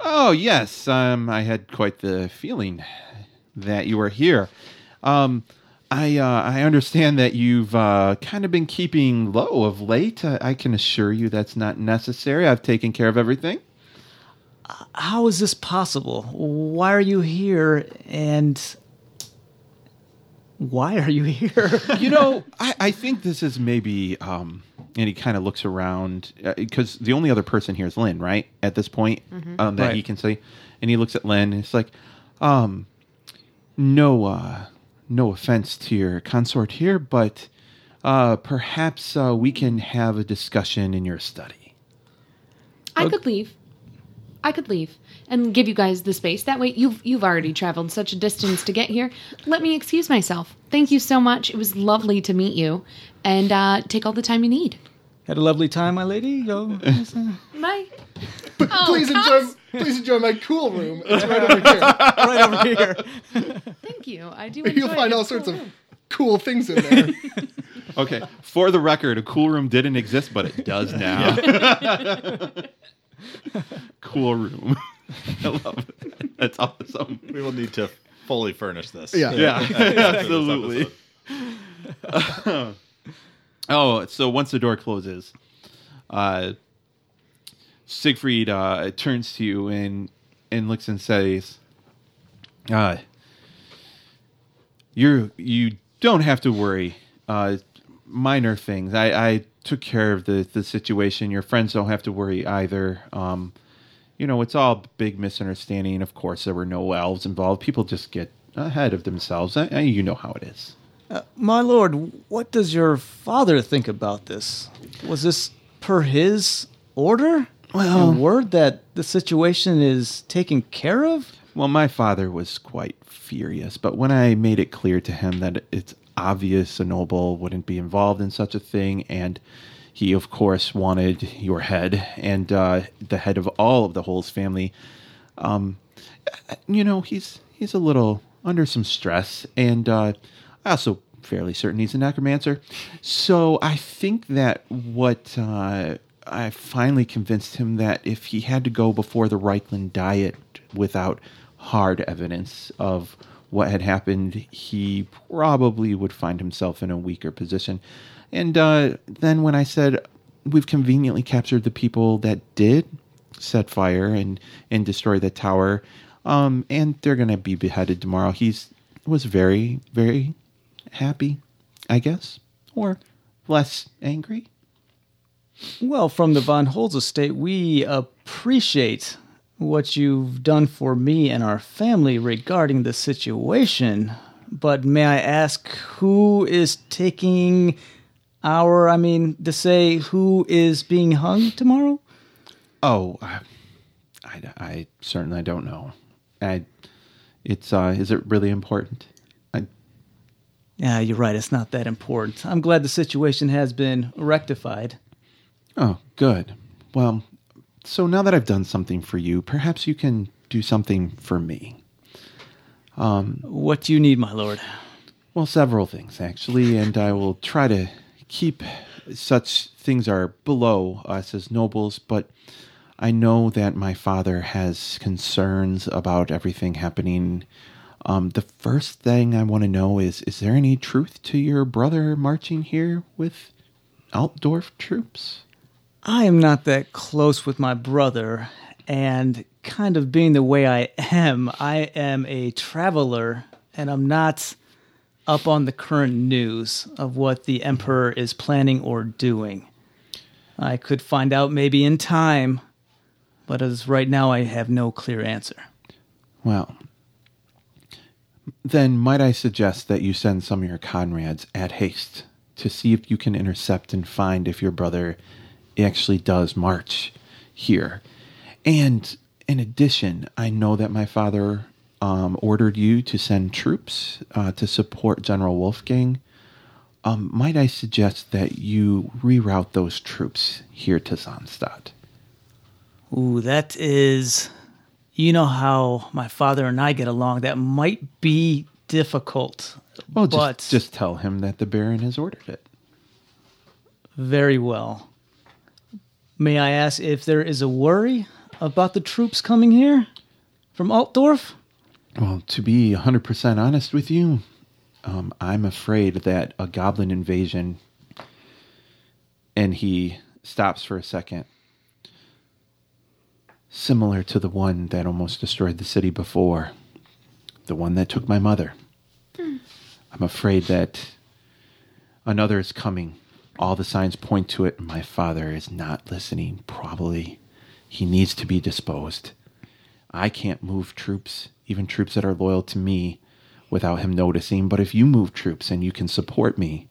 S2: Oh yes, um, I had quite the feeling that you were here. Um, I uh, I understand that you've uh, kind of been keeping low of late. I, I can assure you that's not necessary. I've taken care of everything.
S4: How is this possible? Why are you here? And why are you here?
S2: you know, I, I think this is maybe. Um, and he kind of looks around because the only other person here is Lynn, right? At this point, um, that he
S4: Right.
S2: can see, and he looks at Lynn, and it's like, um, no, uh, no offense to your consort here, but uh, perhaps uh, we can have a discussion in your study.
S7: I could leave. I could leave and give you guys the space. That way, you've you've already traveled such a distance to get here. Let me excuse myself. Thank you so much. It was lovely to meet you, and uh, take all the time you need.
S4: Had a lovely time, my lady. Go.
S7: Bye. Oh,
S1: please enjoy. Please enjoy my cool room. It's right over here.
S4: right over here.
S7: Thank you. I do.
S1: You'll
S7: enjoy
S1: find
S7: it.
S1: all
S7: It's
S1: sorts
S7: cool.
S1: of cool things in there.
S2: Okay, for the record, a cool room didn't exist, but it does now. cool room. I love it. That's awesome.
S5: We will need to fully furnish this.
S1: Yeah.
S2: yeah, absolutely. oh, so once the door closes, uh, Siegfried uh, turns to you and and looks and says, uh, "You you don't have to worry. Uh, minor things. I, I took care of the the situation. Your friends don't have to worry either." Um, you know, it's all big misunderstanding. Of course, there were no elves involved. People just get ahead of themselves. I, I, you know how it is.
S4: My lord, what does your father think about this? Was this per his order? Well, word that the situation is taken care of?
S2: Well, my father was quite furious, but when I made it clear to him that it's obvious a noble wouldn't be involved in such a thing, and he, of course, wanted your head and uh, the head of all of the Holes family, um, you know, he's he's a little under some stress, and uh, I also fairly certain he's a necromancer. So I think that what uh, I finally convinced him that if he had to go before the Reichland diet without hard evidence of what had happened, he probably would find himself in a weaker position. And uh, then when I said we've conveniently captured the people that did set fire and and destroy the tower. Um, and they're gonna be beheaded tomorrow. He's was very very happy, I guess, or less angry.
S4: Well, from the von Holz estate, we appreciate what you've done for me and our family regarding the situation, but may I ask who is taking our, I mean, to say who is being hung tomorrow?
S2: Oh, I, I, I certainly don't know. I, it's uh, is it really important? I,
S4: Yeah, you're right. It's not that important. I'm glad the situation has been rectified.
S2: oh, good. Well, so now that I've done something for you, perhaps you can do something for me.
S4: What do you need, my lord?
S2: Well, several things actually, and I will try to keep such things are below us as nobles, but I know that my father has concerns about everything happening. Um, the first thing I want to know is is there any truth to your brother marching here with Altdorf troops?
S4: I am not that close with my brother, and kind of being the way I am, I am a traveler, and I'm not up on the current news of what the Emperor is planning or doing. I could find out maybe in time, but as right now, I have no clear answer.
S2: Well, then might I suggest that you send some of your comrades at haste to see if you can intercept and find if your brother actually does march here. And in addition, I know that my father um, ordered you to send troops uh, to support General Wolfgang. Um, might I suggest that you reroute those troops here to Zonstadt?
S4: Ooh, that is. You know how my father and I get along. That might be difficult.
S2: Well, just,
S4: but
S2: just tell him that the Baron has ordered it.
S4: Very well. May I ask if there is a worry about the troops coming here from Altdorf?
S2: Well, to be 100% honest with you, um, I'm afraid that a goblin invasion. And he stops for a second. Similar to the one that almost destroyed the city before, the one that took my mother. I'm afraid that another is coming. All the signs point to it. My father is not listening, probably. He needs to be disposed. I can't move troops, even troops that are loyal to me, without him noticing. But if you move troops and you can support me,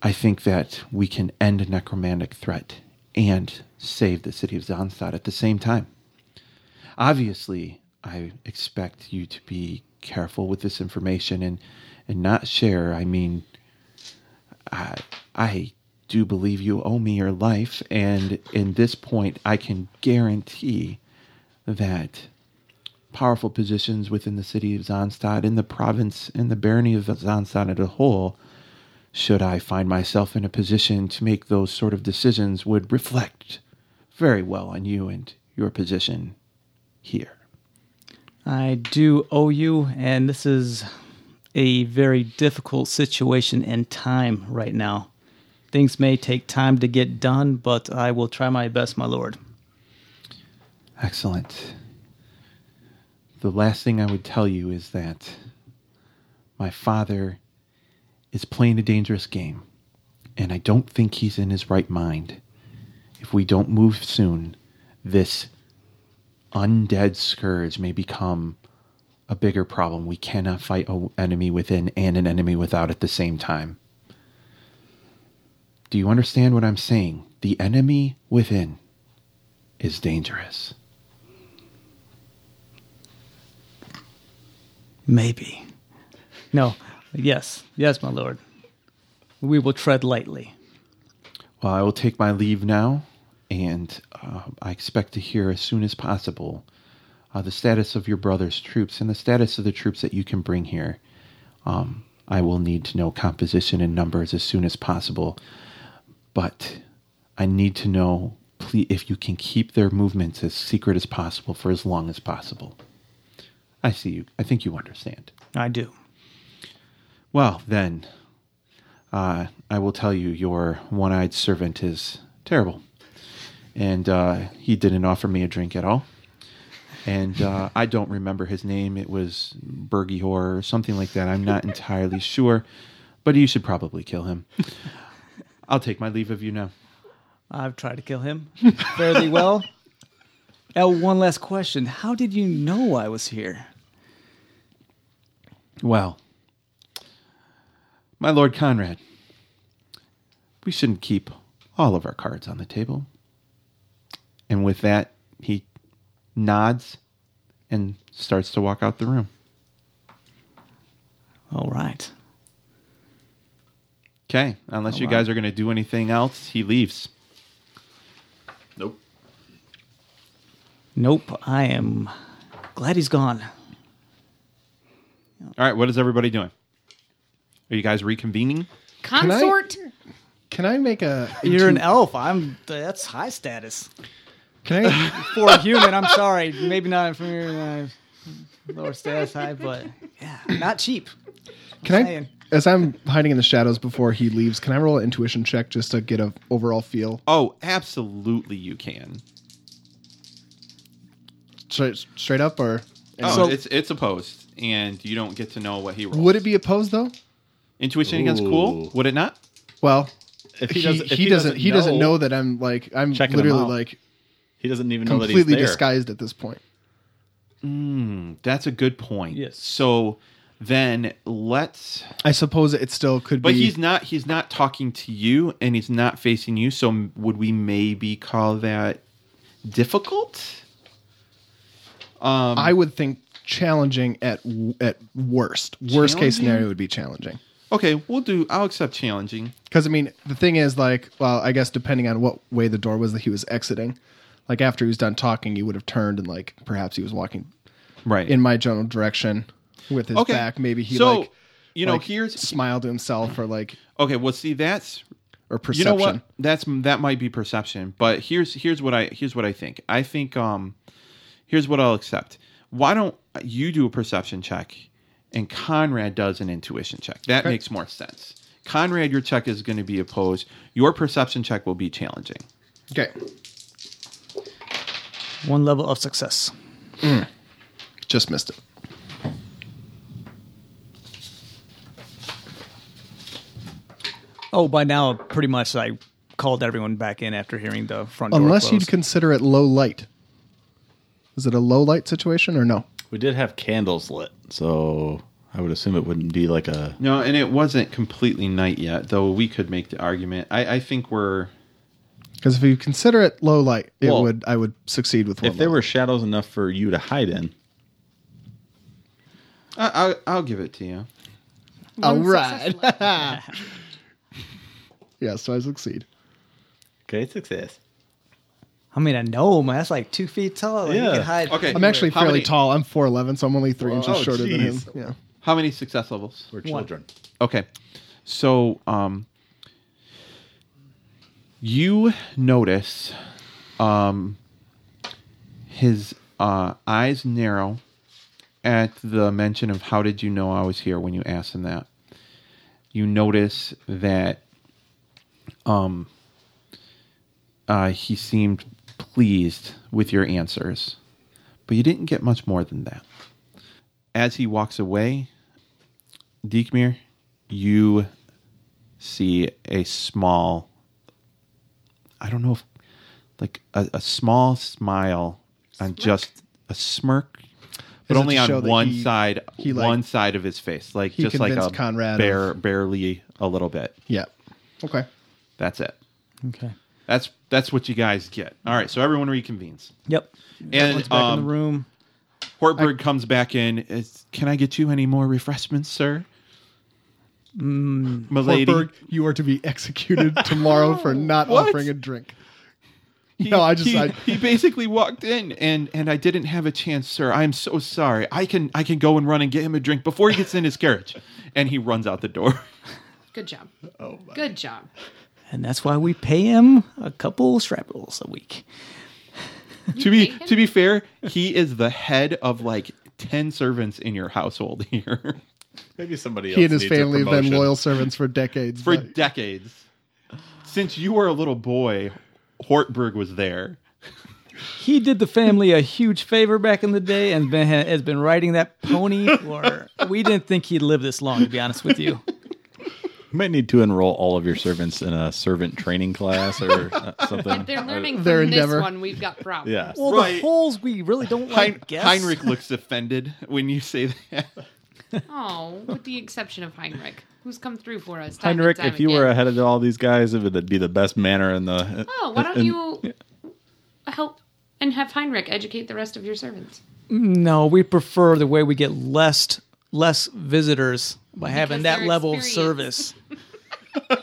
S2: I think that we can end a necromantic threat and save the city of Zonstadt at the same time. Obviously, I expect you to be careful with this information and, and not share. I mean, I, I do believe you owe me your life, and in this point, I can guarantee that powerful positions within the city of Zonstadt, in the province, in the barony of Zonstadt as a whole, should I find myself in a position to make those sort of decisions, would reflect very well on you and your position here.
S4: I do owe you, and this is a very difficult situation and time right now. Things may take time to get done, but I will try my best, my lord.
S2: Excellent. The last thing I would tell you is that my father is playing a dangerous game, and I don't think he's in his right mind. If we don't move soon, this undead scourge may become a bigger problem. We cannot fight an enemy within and an enemy without at the same time. Do you understand what I'm saying? The enemy within is dangerous.
S4: Maybe. No. Yes. Yes, my lord. We will tread lightly.
S2: Well, I will take my leave now, and uh, I expect to hear as soon as possible uh, the status of your brother's troops and the status of the troops that you can bring here. Um, I will need to know composition and numbers as soon as possible, but I need to know ple- if you can keep their movements as secret as possible for as long as possible. I see you. I think you understand.
S4: I do.
S2: Well, then, uh, I will tell you your one eyed servant is terrible. And uh, he didn't offer me a drink at all. And uh, I don't remember his name. It was Bergihor or something like that. I'm not entirely sure. But you should probably kill him. I'll take my leave of you now.
S4: I've tried to kill him fairly well. Al, one last question. How did you know I was here?
S2: Well, my Lord Conrad, we shouldn't keep all of our cards on the table. And with that, he nods and starts to walk out the room.
S4: All right.
S2: Okay,
S1: Oh,
S2: unless you guys are going to do anything else, he leaves.
S5: Nope.
S4: Nope, I am glad he's gone.
S2: All right, what is everybody doing? Are you guys reconvening?
S1: I-
S3: Consort.
S1: Can I make a?
S4: You're an elf. I'm. That's high status
S1: Can I?
S4: for a human. I'm sorry. Maybe not from your uh, lower status high, but yeah, not cheap.
S1: Can I?
S4: saying.
S1: As I'm hiding in the shadows before he leaves, can I roll an intuition check just to get a overall feel?
S2: Oh, absolutely, you can.
S1: Straight, straight up, or
S2: Oh,
S4: So-
S2: it's it's opposed, and you don't get to know what he rolls.
S1: would it be opposed though?
S2: intuition against cool?
S5: Ooh.
S2: Would it not?
S1: Well,
S5: If
S1: he, he doesn't. He, doesn't, know that I'm like I'm
S5: Checking him
S1: literally
S5: out.
S1: like
S5: He doesn't even know that he's
S1: completely
S5: there.
S1: disguised at this point.
S2: That's a good point.
S5: Yes.
S2: So then let's.
S1: I suppose it still could
S2: But
S1: be.
S2: he's not. He's not talking to you, and he's not facing you. So m- would we maybe call that difficult?
S1: I would think challenging at w- at worst. Worst
S2: Challenging?
S1: case scenario would be challenging.
S2: Okay, we'll do. I'll accept challenging.
S1: Because I mean, the thing is, like, well, I guess depending on what way the door was that he was exiting, like after he was done talking, you would have turned and like perhaps he was walking
S2: Right.
S1: in my general direction with his back. Maybe he
S2: so,
S1: like
S2: you know
S1: like,
S2: here's
S1: smiled to himself or like
S2: okay. Well, see that's
S1: or
S2: you
S1: perception.
S2: know what that's that might be perception but here's here's what i here's what i think i think um here's what i'll accept why don't you do a perception check and conrad does an intuition check that makes more sense conrad your check is going to be opposed your perception check will be challenging
S1: Okay,
S4: One level of success.
S1: just missed it.
S4: Oh, by now, pretty much I called everyone back in after hearing the front door.
S1: Unless
S4: close.
S1: you'd consider it low light. Is it a low light situation or no?
S5: We did have candles lit, so I would assume it wouldn't be like a.
S2: no and it wasn't completely night yet though we could make the argument i i think we're
S1: Because if you consider it low light, it
S5: Well,
S1: would I would succeed with one.
S5: If there
S1: level.
S5: were shadows enough for you to hide in,
S2: I, I'll, I'll give it to you
S1: all right, yeah, so I succeed.
S5: great success.
S4: I mean, I know, man. That's like two feet tall. Like, You
S5: Yeah.
S4: can hide.
S2: Okay.
S1: I'm actually
S2: How
S1: fairly
S2: many-
S1: tall. I'm 4'11, so I'm only three inches
S5: oh,
S1: shorter
S5: jeez.
S1: than him.
S2: how many success levels
S5: We're children.
S2: Okay. So, um, you notice, um, his uh, eyes narrow at the mention of how did you know I was here when you asked him that. You notice that, um, uh, he seemed pleased with your answers, but you didn't get much more than that. As he walks away, Diekmir, you see a small, I don't know if, like a, a small smile on just a smirk, but
S1: it
S2: only
S1: to show
S2: on
S1: that
S2: one
S1: he-
S2: side,
S1: he, like-
S2: one side of his face, like
S1: he
S2: just like a
S1: convinced Conrad of-
S2: bare, barely a little bit.
S1: Yeah. Yeah. Okay.
S2: That's it.
S4: Okay.
S2: That's that's what you guys get. All right, so everyone reconvenes,
S4: Yep.
S2: and
S4: Everyone's back in the
S2: um,
S4: room.
S2: Hortberg comes back in. Is, Can I get you any more refreshments, sir? Mm, Milady.
S1: Ortberg, you are to be executed tomorrow for not
S2: What?
S1: offering a drink. no, I just
S2: he,
S1: I,
S2: he basically walked in and and I didn't have a chance, sir. I'm so sorry. I can I can go and run and get him a drink before he gets in his carriage, and he runs out the door.
S3: Good job. Oh Good job.
S4: And that's why we pay him a couple straples a week.
S2: to be to be fair, he is the head of like ten servants in your household here
S5: Maybe somebody else.
S1: he and his
S5: needs a
S1: family have been
S5: promotion.
S1: loyal servants for decades.
S2: for
S1: but-
S2: decades. Since you were a little boy, Hortberg was there.
S4: He did the family a huge favor back in the day and been, has been riding that pony for. we didn't think he'd live this long, to be honest with you.
S5: You might need to enroll all of your servants in a servant training class or uh, something.
S3: They're learning from
S1: Their
S3: this
S1: endeavor.
S3: one. We've got problems.
S5: Yeah.
S4: Well,
S2: Right.
S4: the holes we really don't like.
S2: Hein-
S4: guess.
S2: Heinrich looks offended when you say that.
S3: Oh, with the exception of Heinrich, who's come through for us. Time
S5: Heinrich,
S3: and time
S5: if you were
S3: again.
S5: ahead of all these guys, it would be the best manner in the.
S3: oh, why don't
S5: in-
S3: you help and have Heinrich educate the rest of your servants?
S4: No, we prefer the way we get less less visitors by
S3: Because
S4: having that
S3: they're
S4: level of
S3: experienced.
S4: service,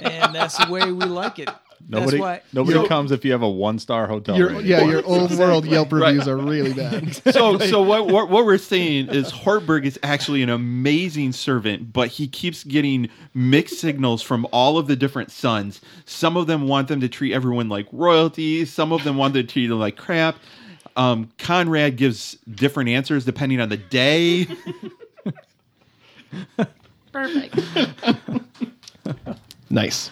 S4: and that's the way we like it.
S5: Nobody,
S4: that's why.
S5: nobody
S1: Yo-
S5: comes if you have a one-star hotel.
S1: Your,
S5: rating.
S1: yeah, your old world Yelp reviews are really bad.
S2: So, so what, what what we're saying is Hartberg is actually an amazing servant, but he keeps getting mixed signals from all of the different sons. Some of them want them to treat everyone like royalty. Some of them want them to treat them like crap. Um, Conrad gives different answers depending on the day.
S3: Perfect.
S1: nice.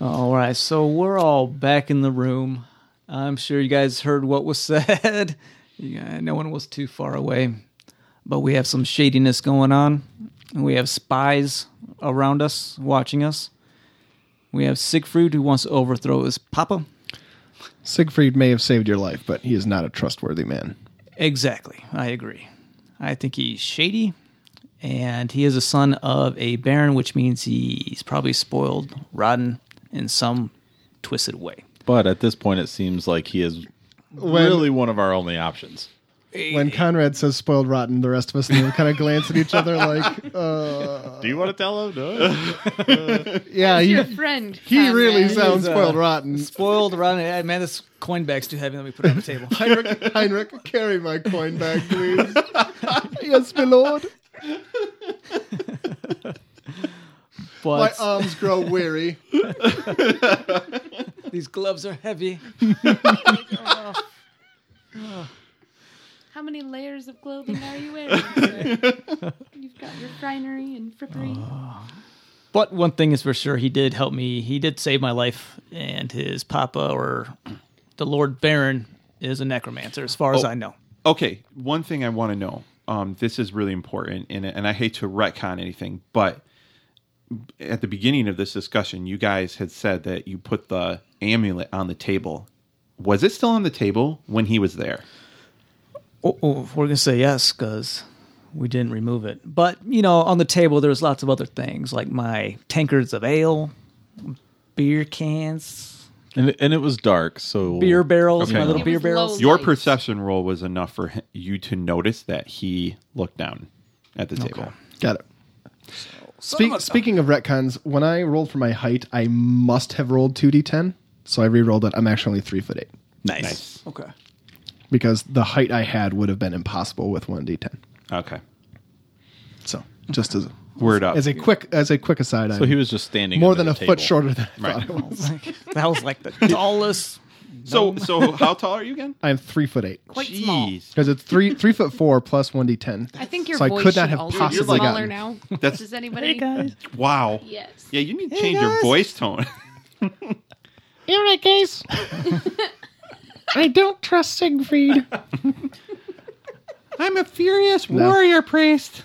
S4: All right, so we're all back in the room. I'm sure you guys heard what was said. Yeah, no one was too far away, but we have some shadiness going on. We have spies around us, watching us. We have Siegfried who wants to overthrow his papa.
S1: Siegfried may have saved your life, but he is not a trustworthy man.
S4: Exactly. I agree. I think he's shady, and he is a son of a baron, which means he's probably spoiled, rotten in some twisted way.
S5: But at this point, it seems like he is really one of our only options.
S1: When Conrad says spoiled rotten, the rest of us kind of glance at each other like, uh,
S5: Do you want to tell him? No.
S1: yeah,
S3: your
S1: he,
S3: friend.
S1: he really
S3: Conrad.
S1: sounds
S4: He's, uh,
S1: spoiled rotten.
S4: Spoiled, rotten. eh, Man, this coin bag's too heavy. Let me put it on the table.
S1: Heinrich, Heinrich, carry my coin back, please. yes, my lord. My
S4: But
S1: arms grow weary.
S4: these gloves are heavy.
S3: How many layers of clothing are you wearing? sir? You've got your finery and frippery.
S1: Oh,
S4: But one thing is for sure, he did help me. He did save my life, and his papa or the Lord Baron is a necromancer, as far as
S2: Oh.
S4: I know.
S2: Okay, one thing I want to know. Um, this is really important, and and I hate to retcon anything, but at the beginning of this discussion, you guys had said that you put the amulet on the table. Was it still on the table when he was there?
S4: Oh, oh, we're gonna say yes because we didn't remove it. But you know, on the table there was lots of other things like my tankards of ale, beer cans,
S5: and, it- and it was dark, so
S4: beer barrels,
S2: Okay.
S4: my little
S2: It
S4: beer
S3: was
S4: barrels.
S3: low.
S2: Your
S3: Lights.
S2: perception roll was enough for h- you to notice that he looked down at the table.
S1: Got it. Speak, speaking of retcons, when I rolled for my height, I must have rolled 2d10, so I re-rolled it. I'm actually only three foot eight
S4: Nice.
S2: Nice.
S4: Okay.
S1: because the height I had would have been impossible with 1d10.
S2: Okay,
S1: So just as
S2: word up.
S1: as a quick as a quick aside,
S5: So
S1: I'm
S5: he was just standing
S1: more
S5: under
S1: than
S5: the
S1: a
S5: table.
S1: foot shorter than I
S2: Right.
S1: thought I was.
S4: that was like the tallest.
S2: so so how tall are you again?
S1: I'm three foot eight
S3: Quite small.
S1: because it's three three foot four plus 1d10.
S3: I think your
S1: So I
S3: voice
S1: could not
S3: should
S1: have
S3: also
S1: possibly
S3: be
S1: gotten-
S3: smaller now.
S2: That's-
S3: Does anybody?
S2: Wow.
S3: Yes.
S2: Yeah, you need to change your voice tone.
S8: In that case, I don't trust Siegfried.
S2: I'm a furious
S1: No.
S2: warrior priest.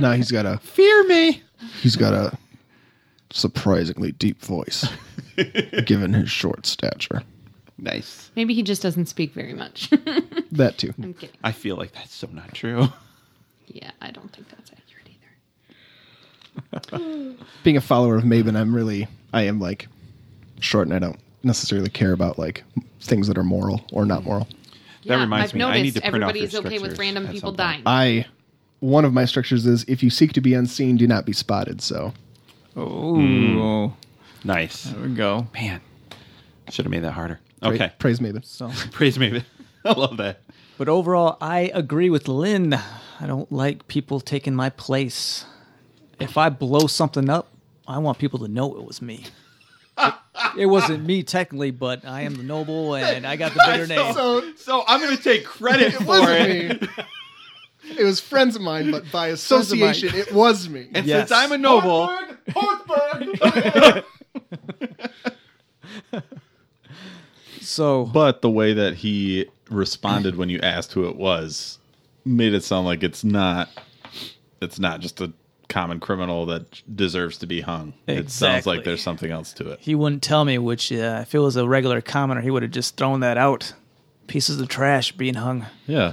S1: Now he's got a
S2: Fear me.
S1: he's got a surprisingly deep voice, given his short stature.
S2: Nice.
S3: Maybe he just doesn't speak very much.
S1: That too.
S3: I'm kidding.
S2: I feel like that's so not true.
S3: Yeah, I don't think that's accurate either.
S1: Being a follower of Maven, I'm really I am like short, and I don't necessarily care about like things that are moral or not moral.
S2: That reminds
S3: I've
S2: me, I
S3: noticed
S2: need to print off your
S3: everybody's okay with
S2: strictures
S3: random
S2: at
S3: people
S2: some point.
S3: dying.
S1: I one of my strictures is if you seek to be unseen, do not be spotted. So
S4: Oh,
S2: Nice.
S4: there we go.
S2: Man. Should have made that harder.
S1: pra-
S2: Okay.
S1: praise Maven.
S4: So,
S2: Praise me. I love that.
S4: but overall, I agree with Lynn. I don't like people taking my place. If I blow something up, I want people to know it was me. it wasn't me technically, but I am the noble and I got the bigger name.
S1: So
S2: So I'm gonna take credit
S1: it
S2: for
S1: wasn't
S2: it.
S1: me. It was friends of mine, but by
S4: of mine.
S1: association, it was me.
S2: And
S4: Yes.
S2: since I'm a noble,
S4: So,
S5: But the way that he responded when you asked who it was made it sound like it's not. It's not just a common criminal that deserves to be hung. It sounds
S4: Exactly.
S5: like there's something else to it.
S4: He wouldn't tell me, which uh, if it was a regular commoner, he would have just thrown that out. Pieces of trash being hung.
S5: Yeah.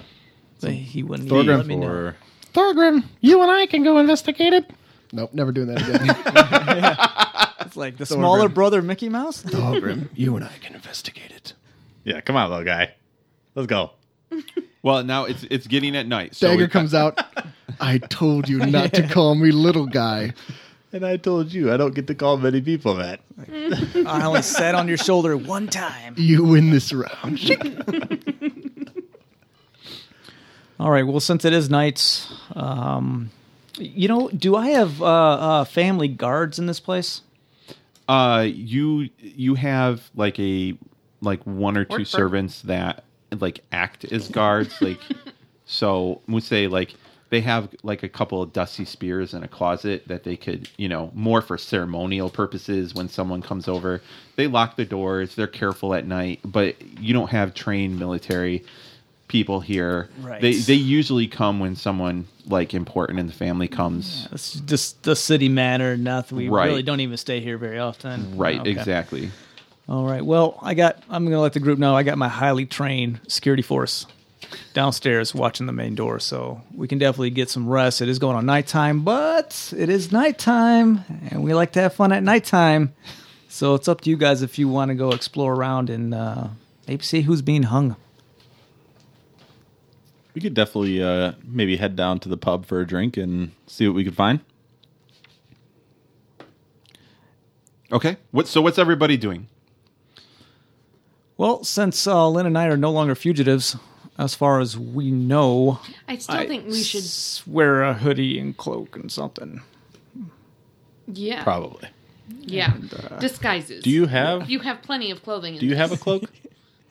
S4: But he wouldn't
S5: Thief
S4: let me know.
S5: or-
S9: Thorgrim, you and I can go investigate it.
S1: Nope, never doing that again.
S4: It's like the smaller
S1: Thorgrim.
S4: brother Mickey Mouse.
S1: Dahlgrim, you and I can investigate it.
S5: yeah, come on, little guy. Let's go.
S2: Well, now it's it's getting at night. So
S1: Dagger
S2: we've got-
S1: comes out. I told you not to call me little guy.
S5: And I told you, I don't get to call many people that.
S4: I only sat on your shoulder one time.
S1: You win this round.
S4: All right. Well, since it is nights, um, you know, do I have uh, uh, family guards in this place?
S2: Uh, you you have like a like one or two
S10: Orc-
S2: servants that like act as guards. like so, would say like they have like a couple of dusty spears in a closet that they could you know more for ceremonial purposes when someone comes over. They lock the doors. They're careful at night, but you don't have trained military people here.
S4: Right.
S2: They they usually come when someone like important in the family comes.
S4: It's just the city manor, nothing. We
S2: Right.
S4: really don't even stay here very often.
S2: Right,
S4: Okay.
S2: exactly.
S4: All right. Well, I got. I'm going to let the group know I got my highly trained security force downstairs watching the main door, so we can definitely get some rest. It is going on nighttime, but it is nighttime, and we like to have fun at nighttime. So it's up to you guys if you want to go explore around and uh, maybe see who's being hung.
S5: We could definitely uh, maybe head down to the pub for a drink and see what we could find.
S2: Okay. What so what's everybody doing?
S4: Well, since uh, Lynn and I are no longer fugitives, as far as we know,
S3: I still think we should.
S4: s- wear a hoodie and cloak and something.
S3: Yeah.
S5: Probably.
S3: Yeah.
S1: uh,
S3: Disguises.
S5: Do you have
S3: You have plenty of clothing. In
S5: do you
S3: this.
S5: have a cloak?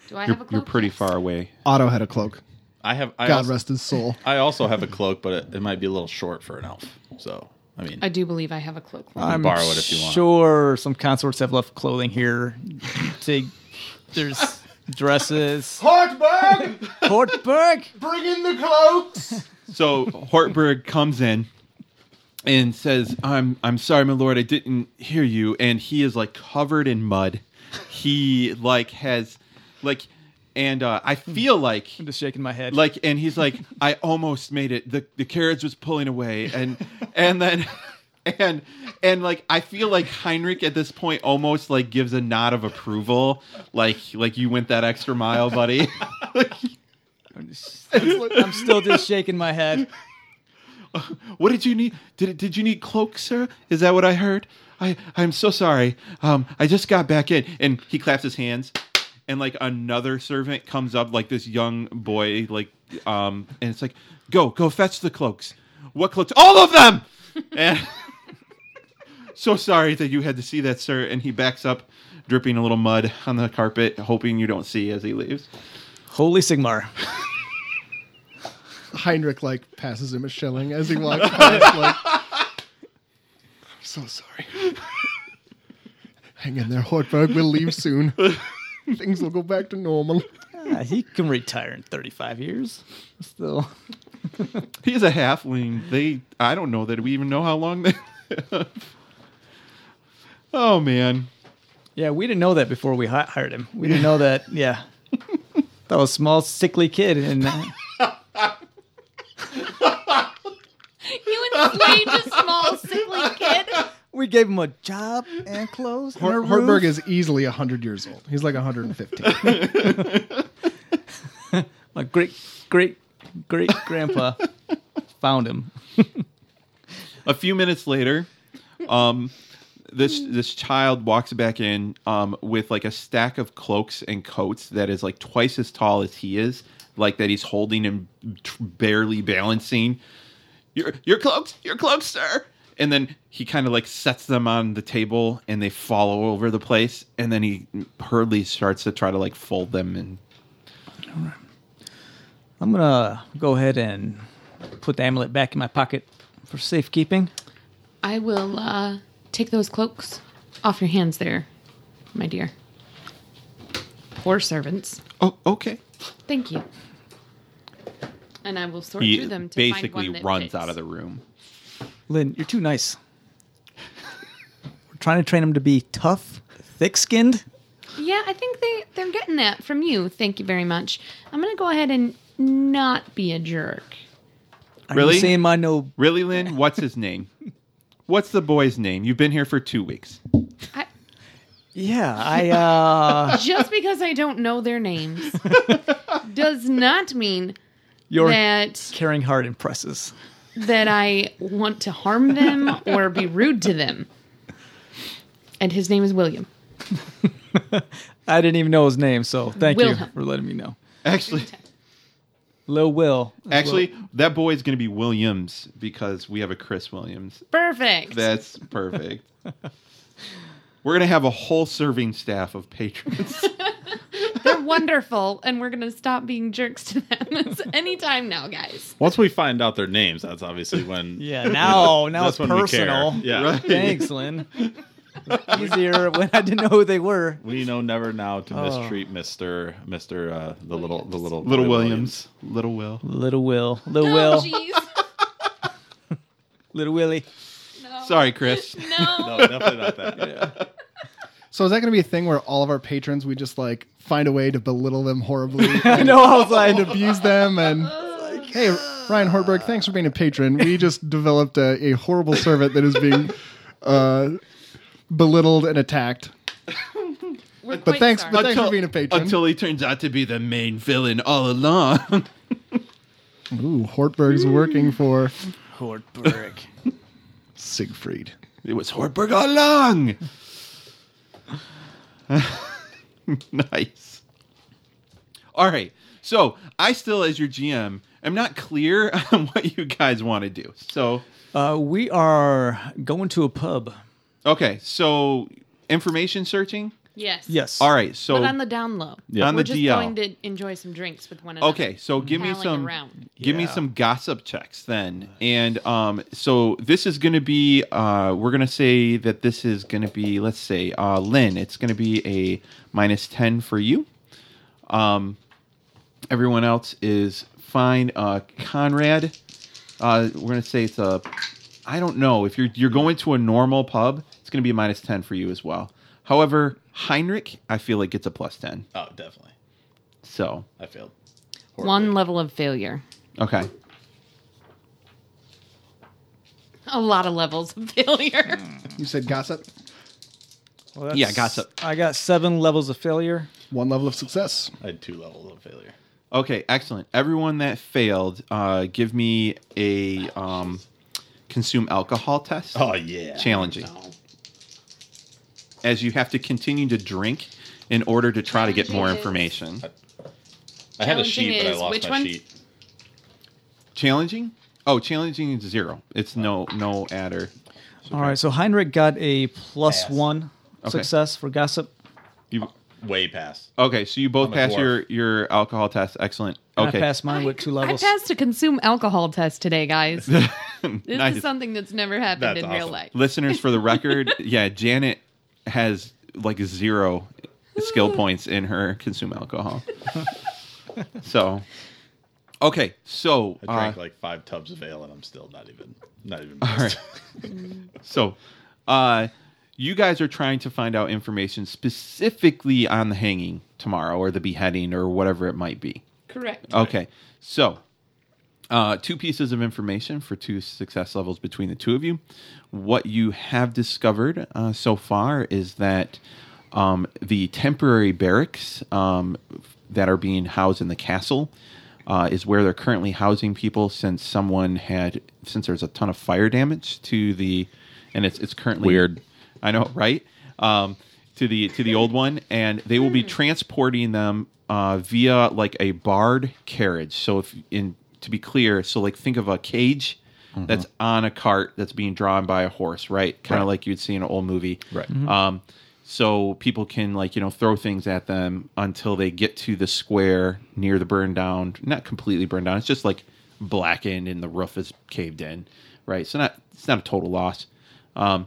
S3: Do I
S2: You're,
S3: have a cloak?
S2: you're pretty
S3: Yes.
S2: far away.
S1: Otto had a cloak.
S5: I have I,
S1: God
S5: also,
S1: rest his soul.
S5: I also have a cloak, but it, it might be a little short for an elf. So I mean
S10: I do believe I have a cloak.
S2: Uh.
S5: you can borrow it if you want.
S4: Sure, some consorts have left clothing here. To, there's dresses.
S1: Hartberg,
S4: Hortberg.
S1: bring in the cloaks.
S2: So Hortberg comes in and says, "I'm I'm sorry, my lord, I didn't hear you." And he is like covered in mud. He like has like and uh, I feel like
S4: I'm just shaking my head.
S2: like and he's like i almost made it the the carriage was pulling away and and then and and like i feel like heinrich at this point almost like gives a nod of approval like like you went that extra mile buddy
S4: I'm still just shaking my head.
S2: what did you need did did you need cloak sir is that what i heard i i'm so sorry um i just got back in and he claps his hands and like another servant comes up like this young boy like um and it's like go go fetch the cloaks what cloaks all of them and so sorry that you had to see that sir and he backs up dripping a little mud on the carpet hoping you don't see as he leaves
S4: Holy Sigmar.
S1: Heinrich like passes him a shilling as he walks past. Like, I'm so sorry. Hang in there, Hortberg. We'll leave soon. Things will go back to normal.
S4: Ah, he can retire in 35 years. Still.
S2: He's a halfling. They I don't know that we even know how long they live. Oh man.
S4: Yeah, we didn't know that before we hi- hired him. We didn't know that. Yeah. That was a small, sickly kid. And uh,
S3: You enslaved a small sickly kid.
S4: we gave him a job and clothes. and a
S1: Hor-
S4: roof.
S1: Hortberg is easily 100 years old. He's like 115.
S4: My great, great, great grandpa found him.
S2: A few minutes later, um this this child walks back in um with like a stack of cloaks and coats that is like twice as tall as he is, like that he's holding and tr- barely balancing. Your your cloaks, your cloaks, sir. And then he kind of like sets them on the table and they fall all over the place and then he hurriedly starts to try to like fold them and
S4: I'm gonna go ahead and put the amulet back in my pocket for safekeeping.
S3: I will uh, take those cloaks off your hands there, my dear. Poor servants.
S2: Oh, okay.
S3: Thank you. And I will sort
S2: He
S3: through them to find
S2: basically
S3: one that
S2: runs
S3: fits.
S2: out of the room.
S4: Lynn, you're too nice. We're trying to train him to be tough, thick-skinned.
S3: Yeah, I think they, they're getting that from you. Thank you very much. I'm going to go ahead and not be a jerk.
S4: Are
S2: Really?
S4: you saying my no?
S2: Really, Lynn? What's his name? What's the boy's name? You've been here for two weeks.
S3: I,
S4: Yeah, I. uh
S3: just because I don't know their names does not mean
S4: Your
S3: that
S4: caring heart impresses.
S3: that I want to harm them or be rude to them. And his name is William.
S4: I didn't even know his name, so thank
S3: Wilhelm.
S4: you for letting me know.
S2: Actually,
S4: Lil Will.
S2: actually, that boy is going to be Williams because we have a Chris Williams.
S3: Perfect.
S2: That's perfect. We're going to have a whole serving staff of patrons.
S3: They're wonderful, and we're gonna stop being jerks to them It's anytime now, guys.
S5: Once we find out their names, that's obviously when.
S4: Yeah, now now
S5: that's
S4: it's
S5: when we care.
S4: personal.
S5: Yeah.
S4: Thanks, Lynn. It's easier when I didn't know who they were.
S5: We know never now to
S4: Oh.
S5: mistreat Mister Mister uh, the little the little
S2: Little
S5: boy
S2: Williams. Little Will.
S4: Little Will. Little
S3: Oh,
S4: Will.
S3: jeez.
S4: Little Willie.
S2: Sorry, Chris.
S3: No.
S5: No, Oh, definitely not that.
S1: So is that going to be a thing where all of our patrons we just like find a way to belittle them horribly
S4: I know I was like,
S1: and abuse them and hey Ryan Hortberg, thanks for being a patron. We just developed a, a horrible servant that is being uh, belittled and attacked.
S3: We're
S1: But
S3: quite
S1: thanks,
S3: sorry.
S1: but thanks for being a patron.
S2: Until he turns out to be the main villain all along.
S1: Ooh, Hortberg's working for
S4: Hortberg.
S1: Siegfried.
S2: It was Hortberg all along. nice. All right. So I still, as your GM, am not clear on what you guys want to do. So
S4: Uh, we are going to a pub.
S2: okay. So information searching.
S3: Yes.
S4: Yes.
S2: All right. So
S3: But on the down low.
S2: On
S3: We're
S2: the
S3: just
S2: DL.
S3: going to enjoy some drinks with one another.
S2: okay. So give me
S3: palling
S2: some.
S3: around.
S2: Give me some gossip checks then. And um, so this is going to be, uh, we're going to say that this is going to be, let's say, uh, Lynn, it's going to be a minus 10 for you. Um, everyone else is fine. Uh, Conrad, uh, we're going to say it's a, I don't know, if you're, you're going to a normal pub, it's going to be a minus 10 for you as well. However, Heinrich, I feel like it's a plus 10.
S5: Oh, definitely.
S2: So,
S5: I failed.
S3: One level of failure.
S2: okay.
S3: A lot of levels of failure.
S1: You said gossip.
S4: Well, that's-
S2: Yeah, gossip.
S4: I got seven levels of failure.
S1: One level of success.
S5: I had two levels of failure.
S2: Okay, excellent. Everyone that failed, uh, give me a um, consume alcohol test.
S5: Oh yeah.
S2: challenging. As you have to continue to drink in order to try to get more
S3: Challenges.
S2: information.
S5: I had a
S3: Challenging
S5: sheet, but I
S3: is
S5: lost
S3: which
S5: my
S3: one?
S5: sheet.
S2: Challenging? Oh, challenging is zero. It's no no adder.
S4: All right, so Heinrich got a plus
S5: Pass.
S4: one
S2: Okay.
S4: success for gossip.
S5: Uh,
S2: You
S5: Way past.
S2: okay? So you both
S5: I'm a
S2: pass your
S5: dwarf.
S2: your alcohol test. Excellent.
S4: And
S2: Okay.
S4: I passed mine with two levels.
S3: I passed a consume alcohol test today, guys. This
S2: Nice.
S3: is something that's never happened
S5: That's
S3: in real
S5: awesome.
S3: life.
S2: Listeners, for the record, yeah, Janet has like zero skill points in her consume alcohol. so, okay, so
S5: I drank
S2: uh,
S5: like five tubs of ale, and I'm still not even not even.
S2: all right. so, uh, you guys are trying to find out information specifically on the hanging tomorrow, or the beheading, or whatever it might be.
S3: Correct.
S2: Okay. So, uh, two pieces of information for two success levels between the two of you. What you have discovered uh, so far is that um, the temporary barracks um, f- that are being housed in the castle. Uh, is where they're currently housing people since someone had since there's a ton of fire damage to the and it's it's currently
S5: Weird.
S2: I know, right? Um, to the to the old one, and they will be transporting them uh, via like a barred carriage. So if in to be clear, so like think of a cage that's on a cart that's being drawn by a horse, right? Kind of like you'd see in an old movie,
S5: Right.
S2: Um, so people can like you know throw things at them until they get to the square near the burned down, not completely burned down. It's just like blackened and the roof is caved in, right? So not it's not a total loss. Um,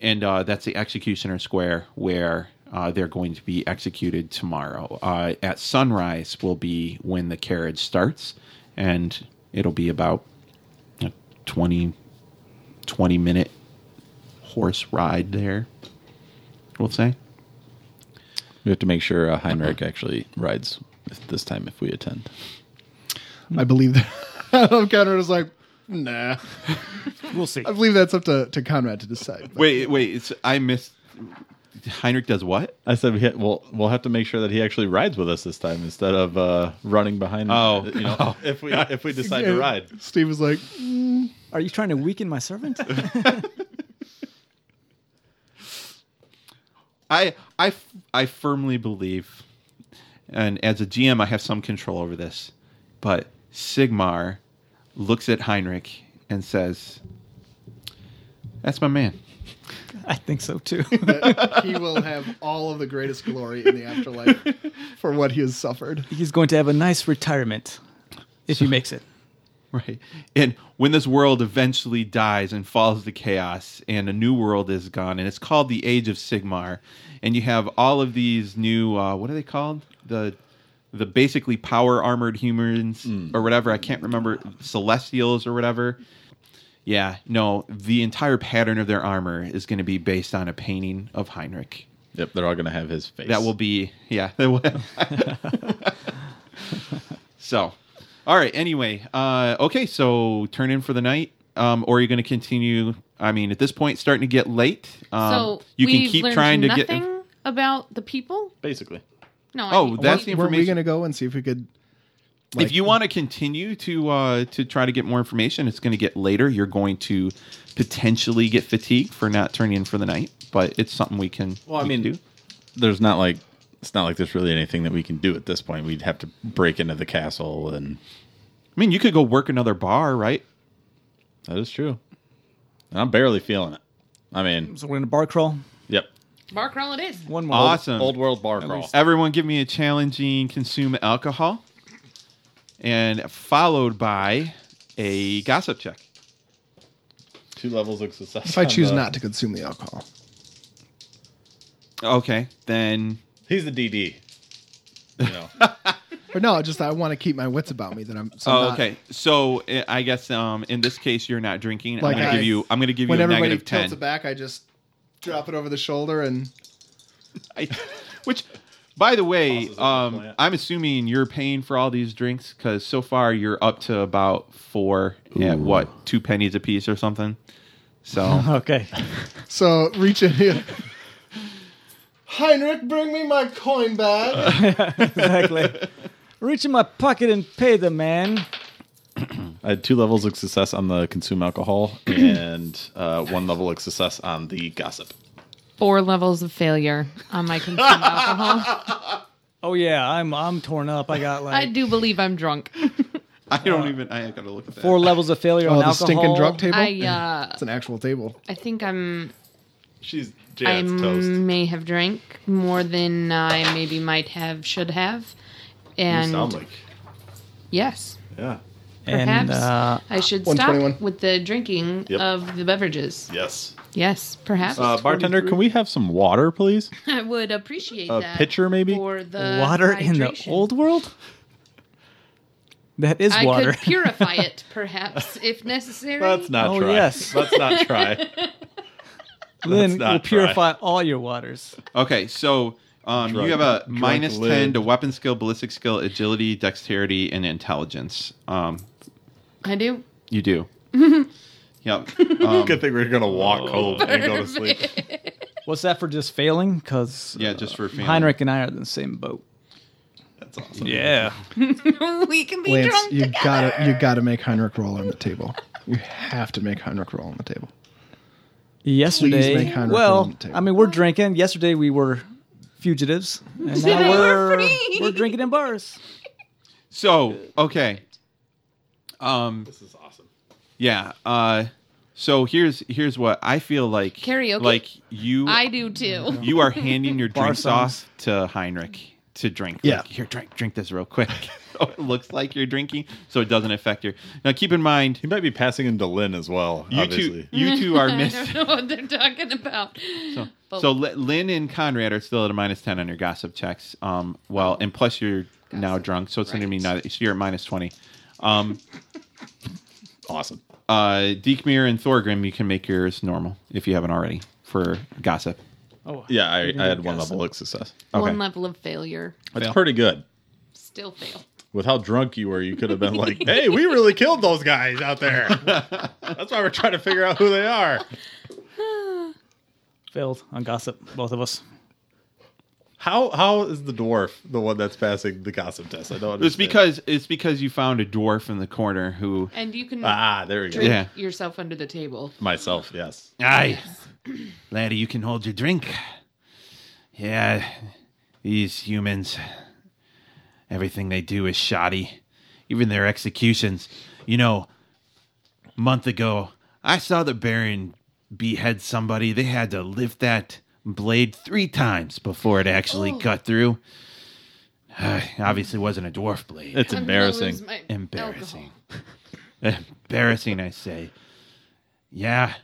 S2: and uh, that's the executioner square where uh, they're going to be executed tomorrow. Uh, at sunrise will be when the carriage starts, and it'll be about you know, 20, twenty minute horse ride there. We'll say.
S5: We have to make sure uh, Heinrich actually rides if- this time if we attend.
S1: I believe that. I love Conrad is like, nah.
S11: We'll see.
S1: I believe that's up to, to Conrad to decide. But
S2: Wait, wait. It's, I missed. Heinrich does what?
S5: I said, we ha- well, we'll have to make sure that he actually rides with us this time instead of uh, running behind. uh,
S2: Oh.
S5: you know, if we if we decide to
S1: Yeah,
S5: ride,
S1: Steve was like,
S4: Are you trying to weaken my servant?
S2: I, I, f- I firmly believe, and as a GM, I have some control over this, but Sigmar looks at Heinrich and says, That's my man.
S4: I think so too.
S1: he will have all of the greatest glory in the afterlife for what he has suffered.
S4: He's going to have a nice retirement if he makes it.
S2: Right. And when this world eventually dies and falls to chaos and a new world is gone, and it's called the Age of Sigmar, and you have all of these new uh, what are they called? The the basically power armored humans or whatever. I can't remember celestials or whatever. Yeah, no, the entire pattern of their armor is going to be based on a painting of Heinrich.
S5: yep, they're all going to have his face.
S2: That will be yeah. That will so, all right. Anyway, uh, okay. So turn in for the night, um, or you're going to continue. I mean, at this point, it's starting to get late. Um,
S3: so
S2: you
S3: we've
S2: can keep
S3: learned
S2: trying to
S3: nothing
S2: get.
S3: about the people.
S5: basically.
S3: No. I
S2: Oh,
S3: mean-
S2: that's the
S1: Were we
S2: information.
S1: going to go and see if we could?
S2: if you want to continue to uh, to try to get more information, it's going to get later. You're going to potentially get fatigued for not turning in for the night, but it's something we can.
S5: Well, I
S2: we can
S5: mean,
S2: do.
S5: there's not like it's not like there's really anything that we can do at this point. We'd have to break into the castle, and
S2: I mean, you could go work another bar, right?
S5: that is true. And I'm barely feeling it. I mean,
S4: So we're in a bar crawl.
S5: yep,
S3: bar crawl it is.
S4: One more.
S2: Awesome.
S5: old world bar crawl.
S2: Everyone give me a challenging consume alcohol and followed by a gossip check.
S5: Two levels of success.
S1: If I
S5: on
S1: choose
S5: the-
S1: not to consume the alcohol,
S2: Okay, then
S5: he's the DD. You know,
S1: or no, just I want to keep my wits about me that I'm. So
S2: oh,
S1: not-
S2: okay. So I- I guess um, in this case you're not drinking.
S1: Like
S2: I'm gonna
S1: I-
S2: give you I'm gonna give you
S1: When
S2: a
S1: everybody
S2: negative
S1: tilts
S2: ten.
S1: it back, I just drop it over the shoulder and
S2: I- which by the way,
S5: Tosses it to the
S2: um,
S5: plant.
S2: I'm assuming you're paying for all these drinks because so far you're up to about four at what two pennies a piece or something. So
S4: Okay.
S1: so reach in here. Heinrich, bring me my coin back.
S4: Exactly. Reach in my pocket and pay the man.
S5: I had two levels of success on the consume alcohol, and uh, one level of success on the gossip.
S3: Four levels of failure on my consumed alcohol.
S4: Oh yeah, I'm I'm torn up. I got
S3: I
S4: like
S3: do believe I'm drunk.
S2: I don't even I gotta look at that.
S4: four levels of failure
S1: Oh,
S4: on
S1: the
S4: alcohol.
S1: stinking drug table.
S3: I uh,
S1: it's an actual table.
S3: I think I'm.
S5: She's
S3: I may have drank more than I maybe might have should have, and yes,
S5: yeah,
S4: And,
S3: perhaps
S4: uh,
S3: I should stop
S1: 121.
S3: with the drinking
S5: Yep.
S3: of the beverages.
S5: yes.
S3: Yes, perhaps
S5: Uh, bartender, can we have some water, please?
S3: I would appreciate
S5: A
S3: that.
S5: pitcher, maybe?
S3: for the
S4: water in the
S3: hydration.
S4: old world? That is
S3: I
S4: water.
S3: could purify it, perhaps, if necessary.
S5: Let's not
S4: Oh,
S5: try.
S4: yes.
S5: Let's not try.
S4: then
S5: not
S4: we'll
S5: try.
S4: purify all your waters.
S2: Okay, so um, you
S5: Drug-
S2: have a
S5: drug
S2: minus
S5: lid.
S2: ten to weapon skill, ballistic skill, agility, dexterity, and intelligence. Um,
S3: I do.
S2: you do. yep.
S5: Good thing we're gonna walk home and go to sleep.
S4: What's that for just failing? Because
S2: Yeah, just for failing.
S4: Heinrich and I are in the same boat.
S5: That's awesome.
S4: Yeah.
S3: we can be
S1: Lance,
S3: drunk
S1: you
S3: together.
S1: gotta you gotta make Heinrich roll on the table. You have to make Heinrich roll on the table.
S4: Yesterday,
S1: make Heinrich roll
S4: well,
S1: on the table.
S4: I mean, we're drinking. Yesterday we were fugitives, and
S3: Today
S4: now
S3: we're
S4: we're
S3: free.
S4: we're drinking in bars.
S2: So okay. Um,
S5: This is awesome.
S2: yeah. Uh, so here's here's what I feel like.
S3: Karaoke?
S2: Like you,
S3: I do too.
S2: you are handing your
S4: Bar
S2: drinks
S4: songs.
S2: off to Heinrich to drink.
S1: Yeah.
S2: Like, here, drink, drink this real quick. so it looks like you're drinking, so it doesn't affect your. Now keep in mind,
S5: He might be passing him to Lynn as well.
S2: you
S5: obviously.
S2: two, you two are
S3: I
S2: missing.
S3: don't know what they're talking about. But-
S2: So Li- Lynn and Conrad are still at a minus ten on your gossip checks. Um, well, and plus you're now drunk, so it's going to be
S3: right.
S2: not. So you're at minus twenty. Um,
S5: Awesome.
S2: uh, Deekmere and Thorgrim, you can make yours normal if you haven't already for gossip.
S5: Yeah, I, I had one level of success.
S2: Okay.
S7: One level of failure.
S5: That's pretty good.
S7: Still fail.
S5: With how drunk you were, you could have been like, "Hey, we really killed those guys out there." That's why we're trying to figure out who they are.
S4: Failed on gossip, both of us.
S5: How how is the dwarf the one that's passing the gossip test? I don't. Understand.
S2: It's because it's because you found a dwarf in the corner who.
S7: And you can
S5: ah, there we go.
S7: drink
S2: Yeah.
S7: yourself under the table.
S5: Myself, yes.
S2: Aye, laddie, you can hold your drink. Yeah, these humans, everything they do is shoddy. Even their executions. You know, month ago, I saw the Baron behead somebody. They had to lift that blade three times before it actually cut through. obviously, wasn't a dwarf blade.
S5: It's
S7: I'm gonna lose
S5: embarrassing.
S7: my
S2: Embarrassing.
S7: alcohol.
S2: Embarrassing, I say. Yeah.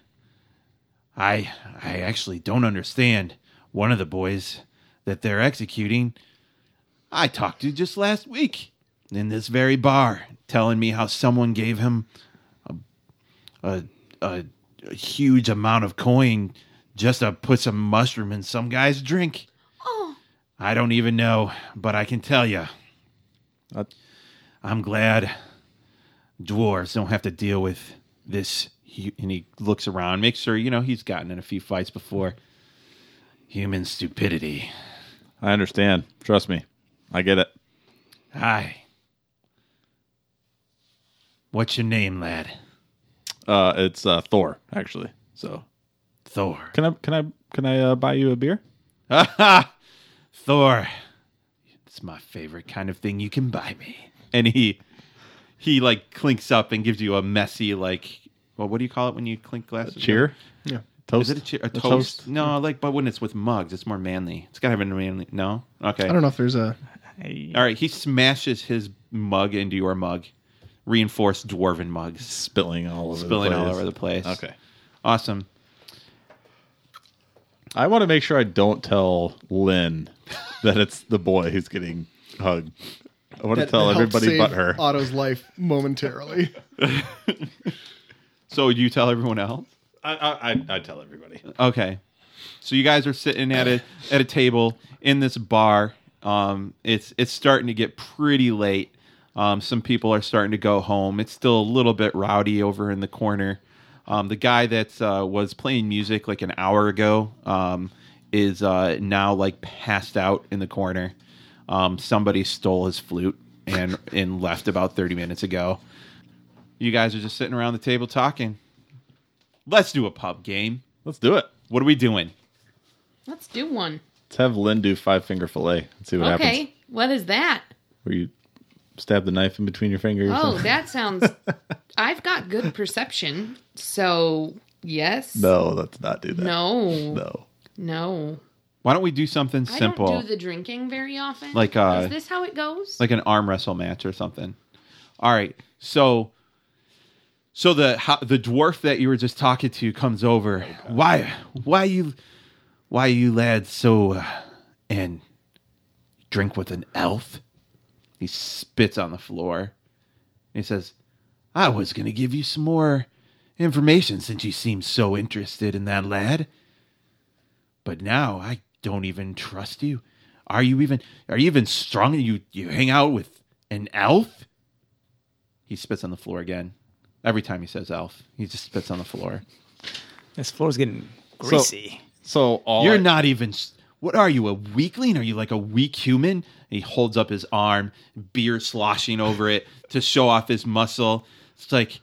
S2: I I actually don't understand one of the boys that they're executing. I talked to just last week in this very bar, telling me how someone gave him a a, a, a huge amount of coin just to put some mushroom in some guy's drink.
S7: Oh,
S2: I don't even know, but I can tell you.
S5: That-
S2: I'm glad dwarves don't have to deal with this. hu- And he looks around, makes sure, you know, he's gotten in a few fights before. Human stupidity.
S5: I understand. Trust me, I get it.
S2: Hi. What's your name, lad?
S5: Uh, it's uh, Thor actually. So
S2: Thor.
S5: can I can I can I uh, buy you a beer?
S2: Thor. It's my favorite kind of thing you can buy me. And he he like clinks up and gives you a messy like well, what do you call it when you clink glasses?
S5: Cheer.
S1: Yeah.
S5: Toast.
S2: Is it a, cheer, a, toast?
S5: toast?
S2: No, like, but when it's with mugs, it's more manly. It's got to have a manly. No, okay.
S1: I don't know if there's a.
S2: All right, he smashes his mug into your mug, reinforced dwarven mugs,
S5: Spilling all over.
S2: spilling
S5: the
S2: all
S5: place.
S2: over the place.
S5: Okay.
S2: awesome.
S5: I want to make sure I don't tell Lynn that it's the boy who's getting hugged. I want to tell
S1: helped
S5: everybody
S1: save
S5: but her.
S1: Otto's life momentarily.
S2: So you tell everyone else.
S5: I, I, I, I tell everybody.
S2: Okay. So you guys are sitting at a at a table in this bar. Um, it's it's starting to get pretty late. Um, some people are starting to go home. It's still a little bit rowdy over in the corner. Um, the guy that uh, was playing music like an hour ago um, is uh, now like passed out in the corner. Um, somebody stole his flute and and left about thirty minutes ago. You guys are just sitting around the table talking. Let's do a pub game.
S5: Let's do it.
S2: What are we doing?
S7: let's do one.
S5: Let's have Lynn do five finger fillet and see what
S7: okay,
S5: happens.
S7: what is that?
S5: Where you stab the knife in between your fingers.
S7: Oh, that sounds. I've got good perception, so yes.
S5: no, let's not do that.
S7: No.
S5: No.
S7: No.
S2: Why don't we do something
S7: I
S2: simple,
S7: don't do the drinking very often.
S2: Like, uh,
S7: is this how it goes?
S2: like an arm wrestle match or something? All right. So, so the how, the dwarf that you were just talking to comes over. why, why you, why you lads so, uh, and drink with an elf? He spits on the floor. And he says, "I was gonna give you some more information since you seem so interested in that lad." but now I don't even trust you. Are you even are you even strong? You you hang out with an elf? He spits on the floor again. Every time he says elf, he just spits on the floor.
S4: This floor's getting greasy.
S5: So all
S2: You're
S5: I-
S2: not even. s- What are you, a weakling? Are you like a weak human? And he holds up his arm, beer sloshing over it to show off his muscle. It's like,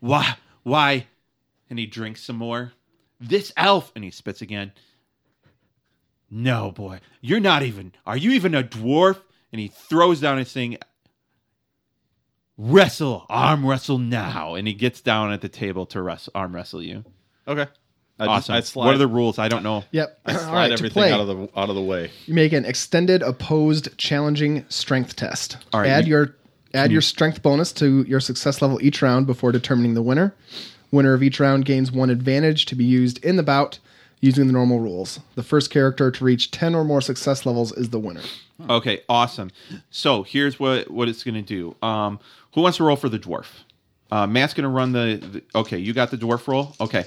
S2: why? Why? And he drinks some more. This elf, and he spits again. No, boy, you're not even. Are you even a dwarf? And he throws down his thing. Wrestle, arm wrestle now, and he gets down at the table to wrestle, arm wrestle you.
S5: okay. I just-
S2: Awesome.
S5: I slide,
S2: what are the rules? I don't know.
S1: Yep.
S5: I slide
S1: All right, to
S5: everything
S1: play,
S5: out of the out of the way.
S1: you make an extended opposed challenging strength test.
S2: All right,
S1: add
S2: you-
S1: your add your strength bonus to your success level each round before determining the winner. Winner of each round gains one advantage to be used in the bout using the normal rules. The first character to reach 10 or more success levels is the winner.
S2: Okay, awesome. So here's what what it's gonna do. Um, who wants to roll for the dwarf? Uh, Matt's going to run the, the. Okay, you got the dwarf roll. Okay.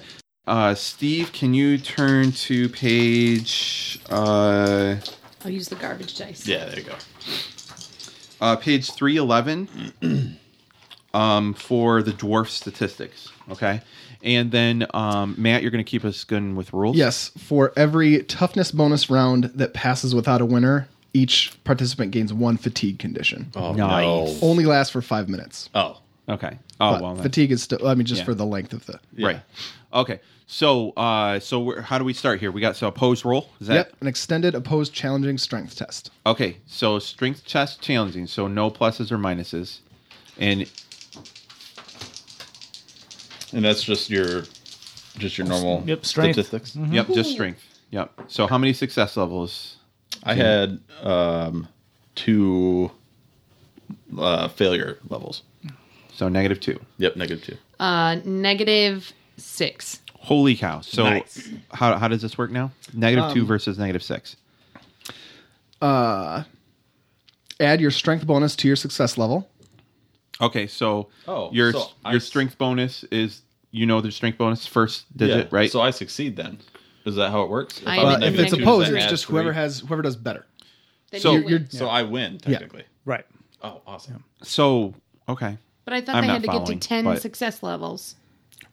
S2: Uh, Steve, can you turn to page uh,
S7: I'll use the garbage dice.
S5: Yeah, there you go.
S2: uh, page three eleven um, for the dwarf statistics? Okay, and then um, Matt, you're going to keep us going with rules.
S1: Yes, for every toughness bonus round that passes without a winner, each participant gains one fatigue condition.
S5: Oh
S2: Nice.
S5: no.
S1: Only lasts for five minutes.
S5: Oh,
S2: Okay. Oh
S1: But
S2: well. then-
S1: fatigue is still. I mean, just
S2: Yeah.
S1: for the length of the.
S2: Right. Okay. So, uh, so we're, how do we start here? We got so opposed roll. Is that
S1: Yep, an extended opposed challenging strength test.
S2: Okay, so strength test challenging, so no pluses or minuses, and
S5: and that's just your, just your normal
S4: Yep, strength.
S5: statistics.
S1: Mm-hmm.
S2: yep, just strength. Yep. So how many success levels?
S5: I had um, two uh, failure levels.
S2: So negative two.
S5: Yep, negative two.
S3: Uh, negative six.
S2: Holy cow! So
S5: Nice.
S2: how how does this work now? Negative two versus negative six.
S1: Add your strength bonus to your success level.
S2: Okay, so
S5: Oh,
S2: your
S5: so I-
S2: your strength bonus is you know the strength bonus first digit,
S5: Yeah,
S2: right?
S5: So I succeed then. Is that how it works?
S3: I am
S5: I'm a
S1: Uh,
S3: But
S1: if
S5: negative
S1: it's
S3: negative
S5: two,
S1: opposed,
S5: does that
S1: it's
S5: add
S1: just whoever
S5: three?
S1: has whoever does better.
S3: Then
S2: So
S3: you
S2: you're-
S3: win.
S5: So I win technically.
S4: Right.
S5: Oh, awesome.
S2: so okay,
S7: But I thought
S2: I'm
S7: they
S2: not
S7: had to get to
S2: following,
S7: 10
S2: but-
S7: success levels.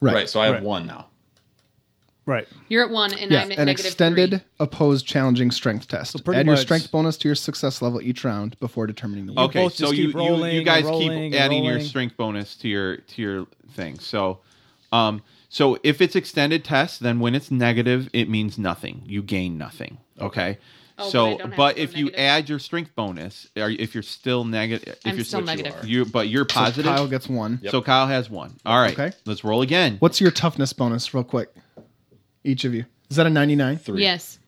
S5: Right. So I have
S4: Right.
S5: one now.
S4: Right.
S3: You're at one, and
S1: Yeah,
S3: I'm at
S1: an
S3: negative
S1: extended
S3: three.
S1: opposed challenging strength test.
S4: pretty
S1: Add your
S4: much-
S1: strength bonus to your success level each round before determining the winner.
S2: okay.
S4: both
S2: So
S4: just
S2: you,
S4: keep
S2: you
S4: rolling
S2: you
S4: and
S2: guys
S4: rolling and
S2: keep adding your
S4: rolling.
S2: strength bonus to your to your thing. So, um, so if it's extended test, then when it's negative, it means nothing. You gain nothing. Okay.
S3: Oh, but I
S2: so,
S3: don't have to
S2: but
S3: go
S2: if you
S3: negative?
S2: add your strength bonus, or if you're still negative, if
S3: I'm
S2: you're
S3: still
S2: which you
S3: negative.
S2: are. you but you're
S1: So
S2: positive.
S1: Kyle gets one.
S2: So Kyle has one. All right.
S1: Okay.
S2: Let's roll again.
S1: What's your toughness bonus, real quick? Each of you. Is that a 99?
S5: Three.
S3: Yes.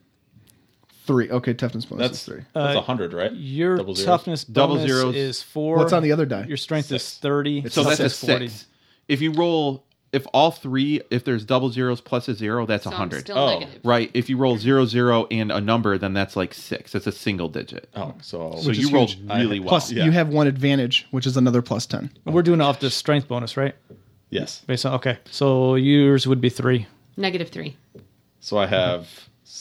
S1: Three. Okay, toughness bonus
S5: That's
S1: is three.
S5: That's a hundred, right?
S4: Your
S5: Double zeros?
S4: toughness
S2: Double
S4: bonus
S2: zeros.
S4: is four.
S1: What's on the other die?
S4: Your strength is thirty.
S2: So that's a
S4: toughness is 40.
S2: six. If you roll, if all three, if there's double zeros plus a zero, that's a
S3: So I'm
S2: hundred.
S3: still
S5: Oh.
S3: negative.
S2: Right. If you roll zero zero and a number, then that's like six. That's a single digit.
S5: Oh, so
S2: Mm. so you rolled
S5: I-
S2: really well.
S1: Plus,
S5: yeah.
S1: you have one advantage, which is another plus 10.
S4: We're doing it off the strength bonus, right?
S5: yes.
S4: Based on okay. So yours would be three.
S3: Negative three.
S5: So I have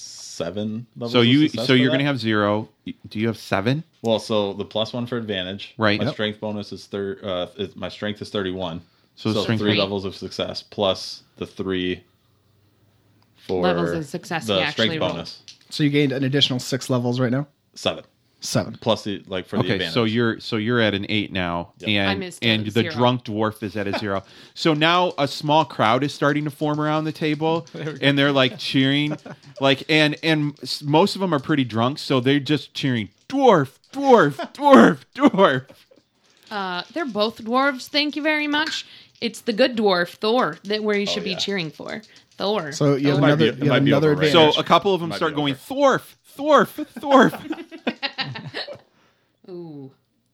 S5: seven levels.
S2: so
S5: of
S2: you
S5: success
S2: so
S5: for
S2: you're
S5: that?
S2: gonna have zero. Do you have seven?
S5: well. So the plus one for advantage.
S2: Right.
S5: My
S2: Yep.
S5: strength bonus is thir- uh, is, My strength is thirty one.
S2: So
S5: So,
S2: strength-
S5: three
S3: Three.
S5: levels of success plus the three for
S3: Levels of success
S5: The
S3: he actually
S5: strength
S3: rolled.
S5: bonus
S1: So you gained an additional six levels right now?
S5: seven
S1: Seven.
S5: plus the like for the
S2: Okay,
S5: advantage.
S2: so you're so you're at an eight now,
S3: I
S2: and
S3: missed
S2: and
S3: it,
S2: the
S3: zero.
S2: drunk dwarf is at a zero. so now a small crowd is starting to form around the table, and they're like cheering, like and and s- most of them are pretty drunk, so they're just cheering dwarf, dwarf, dwarf, dwarf.
S3: Uh, they're both dwarves. Thank you very much. It's the good dwarf, Thor, that where you should be
S5: Oh, yeah. Oh,
S3: cheering for. Thor.
S1: So you have
S5: might
S1: another,
S5: be- it
S1: you
S5: might
S1: have
S5: be
S1: another
S5: overrated.
S1: advantage.
S2: So a couple of them
S5: Might
S2: start
S5: be
S2: going
S5: over.
S2: thorf, thorf, thorf.
S3: Ooh.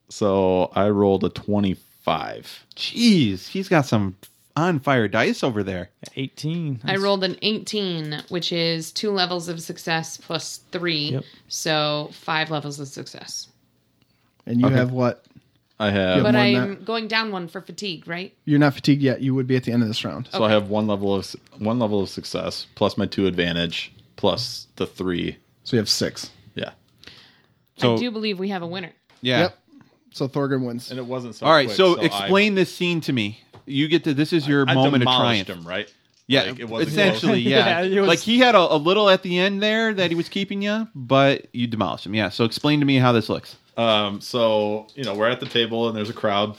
S5: So I rolled a twenty five.
S2: Jeez, he's got some on fire dice over there.
S4: Eighteen.
S3: I rolled an 18, which is two levels of success plus three.
S4: Yep.
S3: So five levels of success.
S1: and you have what?
S5: I have
S3: But
S1: more than
S3: I'm going down one for fatigue, right?
S1: You're not fatigued yet. You would be at the end of this round.
S5: So I have one level of one level of success plus my two advantage plus the three.
S1: So you have six.
S5: Yeah.
S2: So
S3: I do believe we have a winner.
S2: yeah.
S1: Yep. So Thorgrim wins.
S5: And it wasn't so
S2: All right,
S5: quick,
S2: so,
S5: I-
S2: explain this scene to me. You get to this is your
S5: I
S2: moment of
S5: demolished
S2: triumph.
S5: him, right?
S2: Yeah,
S5: Like, it wasn't
S2: essentially,
S5: close.
S2: yeah.
S4: Yeah, it was-
S2: Like he had a, a little at the end there that he was keeping you, but you demolished him. Yeah. So explain to me how this looks.
S5: Um, so you know, we're at the table and there's a crowd,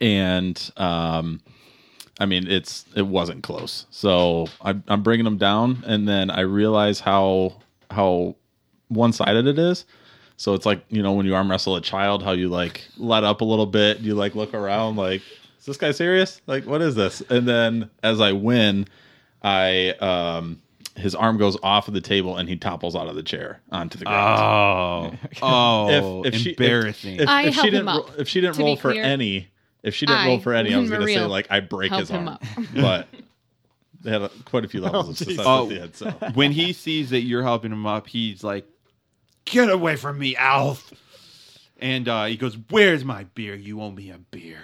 S5: and um, I mean, it's it wasn't close. So I, I'm bringing them down, and then I realize how how one sided it is. So it's like you know when you arm wrestle a child, how you like let up a little bit, you like look around, like is this guy serious? Like what is this? And then as I win, I um his arm goes off of the table and he topples out of the chair onto the ground.
S2: Oh, oh, embarrassing.
S5: She, if,
S3: I
S5: if
S3: help
S5: she didn't,
S3: him
S5: ro-
S3: up.
S5: if she didn't
S3: To be
S5: roll for
S3: clear,
S5: any, if she didn't roll
S3: I,
S5: for any, I was going to say
S3: Maria,
S5: like I break
S3: help
S5: his
S3: him
S5: arm,
S3: up.
S5: but they had a, quite a few levels of success
S2: Oh.
S5: at the end. So
S2: when he sees that you're helping him up, he's like, "Get away from me, Alf!" And uh, he goes, "Where's my beer? You owe me a beer."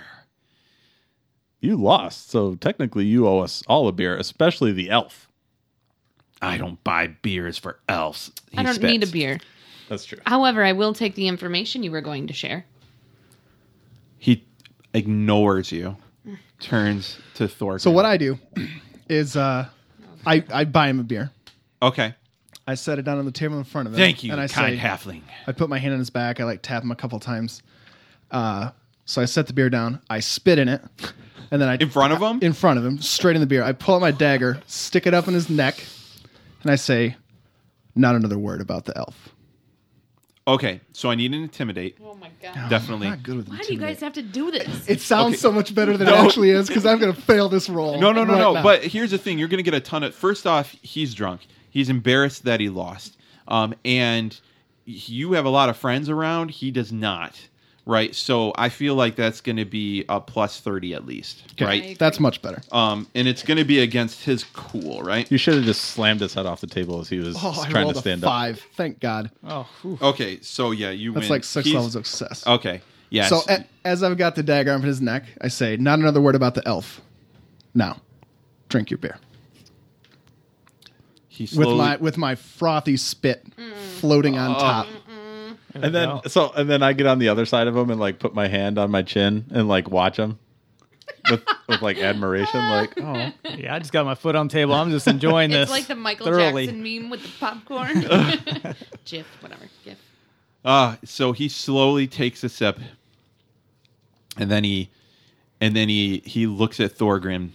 S5: You lost, so technically you owe us all a beer, especially the elf.
S2: I don't buy beers for elves.
S7: I
S2: he
S7: don't need a
S2: spits.
S7: beer.
S5: That's true.
S7: However, I will take the information you were going to share.
S2: He ignores you, turns to Thor.
S1: So what I do is uh, I I buy him a beer.
S2: Okay.
S1: I set it down on the table in front of him.
S2: Thank you,
S1: and I
S2: kind
S1: say,
S2: halfling.
S1: I put my hand on his back. I like tap him a couple times. Uh, so I set the beer down. I spit in it, and then I
S2: In front of him?
S1: in front of him, straight in the beer. I pull out my dagger, stick it up in his neck, and I say, "Not another word about the elf."
S2: Okay, so I need an intimidate.
S7: Oh my god!
S2: Definitely.
S1: Not good with
S7: Why do you guys have to do this?
S1: It sounds
S2: Okay.
S1: so much better than it
S2: No.
S1: actually is because I'm gonna fail this roll.
S2: No, no, no,
S1: right
S2: no.
S1: now.
S2: But here's the thing: you're going to get a ton of. First off, he's drunk. He's embarrassed that he lost, um, and you have a lot of friends around. He does not, right? So I feel like that's going to be a plus thirty at least, right?
S1: that's much better.
S2: Um, and it's going to be against his cool, right?
S5: You should have just slammed his head off the table as he was
S1: Oh, I
S5: trying
S1: rolled
S5: to stand
S1: a
S5: up.
S1: five. Thank God.
S4: Oh, whew.
S2: Okay, so yeah, you
S1: That's
S2: win.
S1: like six
S2: He's-
S1: levels of success.
S2: Okay, yes.
S1: So eh, a, as I've got the dagger on his neck, I say, "Not another word about the elf." Now, drink your beer
S2: he
S1: with
S2: slowly-
S1: my with my frothy spit
S7: Mm.
S1: floating on top.
S5: And then so and then I get on the other side of him and like put my hand on my chin and like watch him with with like admiration, like oh
S4: yeah, I just got
S6: my foot on the table. I'm just enjoying this.
S7: It's like the Michael
S6: thoroughly.
S7: Jackson meme with the popcorn. GIF, whatever. GIF.
S2: Uh, so he slowly takes a sip, and then he, and then he he looks at Thorgrim,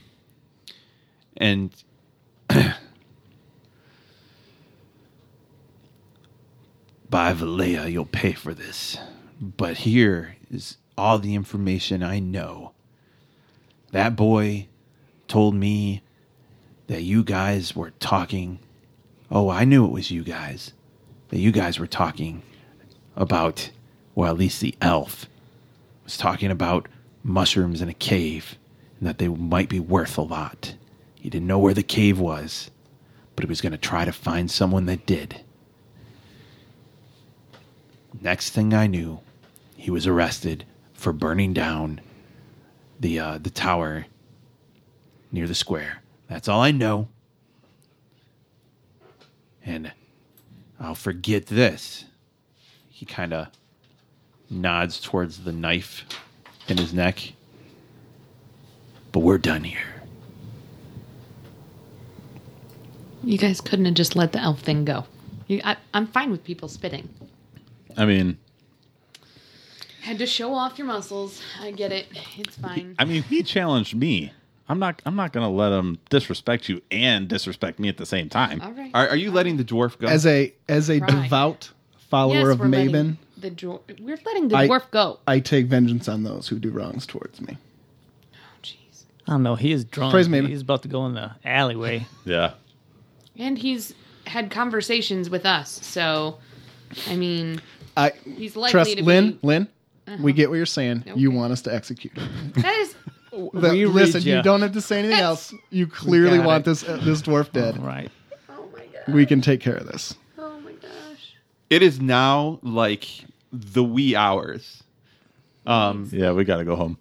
S2: and by Valea, you'll pay for this. But here is all the information I know. That boy told me that you guys were talking. Oh, I knew it was you guys. That you guys were talking about, well, at least the elf was talking about mushrooms in a cave and that they might be worth a lot. He didn't know where the cave was, but he was going to try to find someone that did. Next thing I knew, he was arrested for burning down the uh, the tower near the square. That's all I know. And I'll forget this he kind of nods towards the knife in his neck. But we're done here.
S7: You guys couldn't have just let the elf thing go. You, I, I'm fine with people spitting.
S5: I mean
S7: Had to show off your muscles. I get it. It's fine.
S5: I mean he challenged me. I'm not I'm not gonna let him disrespect you and disrespect me at the same time.
S7: All right.
S2: Are, are you letting the dwarf go?
S1: As a as a
S7: Right.
S1: devout follower of
S7: we're
S1: Maven,
S7: letting The dwar- we're letting the
S1: I-
S7: dwarf go.
S1: I take vengeance on those who do wrongs towards me.
S7: Oh, Jeez.
S4: I don't know. He is drunk.
S1: Praise me.
S4: He's about to go in the alleyway.
S5: Yeah.
S7: And he's had conversations with us, so I mean,
S1: I
S7: he's likely
S1: trust
S7: to
S1: Lynn.
S7: be. Uh-huh.
S1: Lynn, we get what you're saying. You want us to execute.
S7: That is
S1: That-
S4: read
S1: listen,
S4: ya.
S1: you don't have to say anything else. You clearly
S4: got
S1: want
S4: it.
S1: this uh, this dwarf dead.
S4: Right.
S1: We can take care of this.
S7: oh my gosh.
S2: it is now like the wee hours. Um,
S5: Yeah, we gotta go home.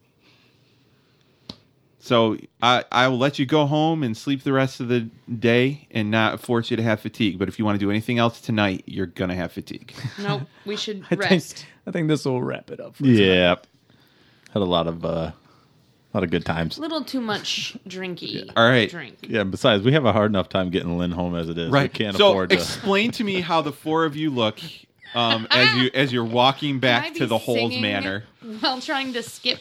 S2: so I, I will let you go home and sleep the rest of the day and not force you to have fatigue. But if you want to do anything else tonight, you're going to have fatigue.
S7: Nope. We should
S6: I think,
S7: rest.
S6: I think this will wrap it up. For us.
S5: Yeah. Had a lot of uh a lot of good times.
S7: A little too much drinky.
S2: All right.
S7: Drink.
S5: Yeah, and besides we have a hard enough time getting Lynn home as it is. We can't
S2: so
S5: afford to
S2: explain to me how the four of you look um, as you as you're walking
S7: Can I
S2: back
S7: be
S2: to the Holes
S7: singing
S2: Manor.
S7: while trying to skip.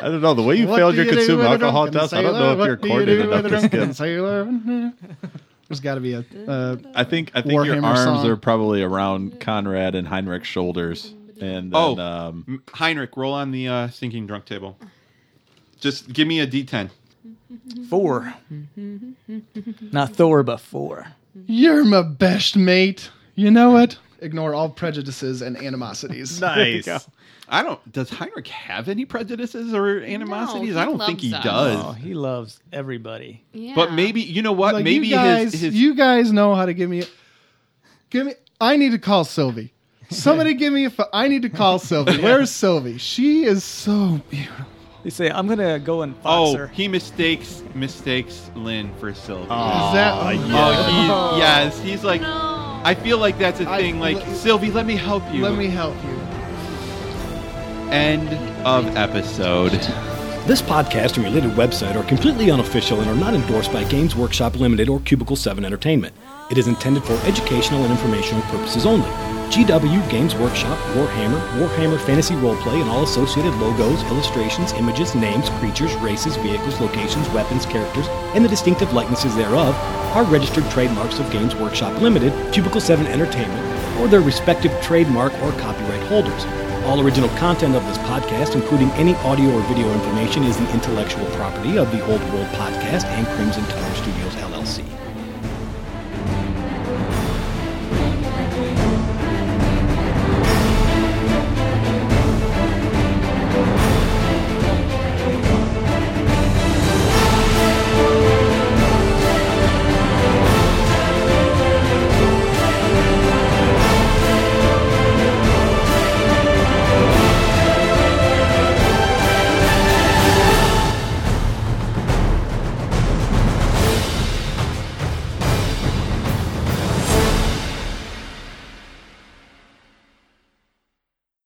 S5: I don't know. The way you
S1: What
S5: failed
S1: do
S5: your
S1: you do
S5: consumer
S1: with a
S5: alcohol
S1: drunken
S5: test, I don't
S1: sailor?
S5: know if
S1: What
S5: you're
S1: do you
S5: coordinated
S1: do with
S5: enough
S1: a
S5: to
S1: drunken
S5: skip.
S1: sailor? There's got to be a. Uh,
S5: I think I think your
S1: Warhammer
S5: arms
S1: song.
S5: are probably around Conrad and Heinrich's shoulders, and then,
S2: Oh.
S5: um,
S2: M- Heinrich, roll on the uh, sinking drunk table. Just give me a D10.
S6: Four. Not Thor, but four.
S1: You're my best mate. You know it. Ignore all prejudices and animosities.
S5: nice.
S2: I don't. Does Heinrich have any prejudices or animosities?
S7: he
S2: I don't
S7: loves
S2: think he
S7: us.
S2: does.
S4: Oh, he loves everybody.
S7: yeah.
S2: But maybe you know what?
S1: Like,
S2: maybe
S1: you guys,
S2: his, his
S1: you guys know how to give me. Give me. I need to call Sylvie. Somebody give me a. pho- I need to call Sylvie. Where's Sylvie? She is so beautiful.
S6: You say, I'm going to go and fox
S2: Oh,
S6: her.
S2: he mistakes mistakes Lynn for Sylvie.
S1: Is that
S2: Oh, he, yes, he's like.
S7: No.
S2: I feel like that's a
S1: I-
S2: thing. Like
S1: let-
S2: Sylvie, let me help you.
S1: Let me help you.
S2: End of episode.
S12: This podcast and related website are completely unofficial and are not endorsed by Games Workshop Limited or Cubicle 7 Entertainment. It is intended for educational and informational purposes only. GW, Games Workshop, Warhammer, Warhammer Fantasy Roleplay, and all associated logos, illustrations, images, names, creatures, races, vehicles, locations, weapons, characters, and the distinctive likenesses thereof are registered trademarks of Games Workshop Limited, Cubicle 7 Entertainment, or their respective trademark or copyright holders. All original content of this podcast, including any audio or video information, is the intellectual property of the Old World Podcast and Crimson Tower Studios, LLC.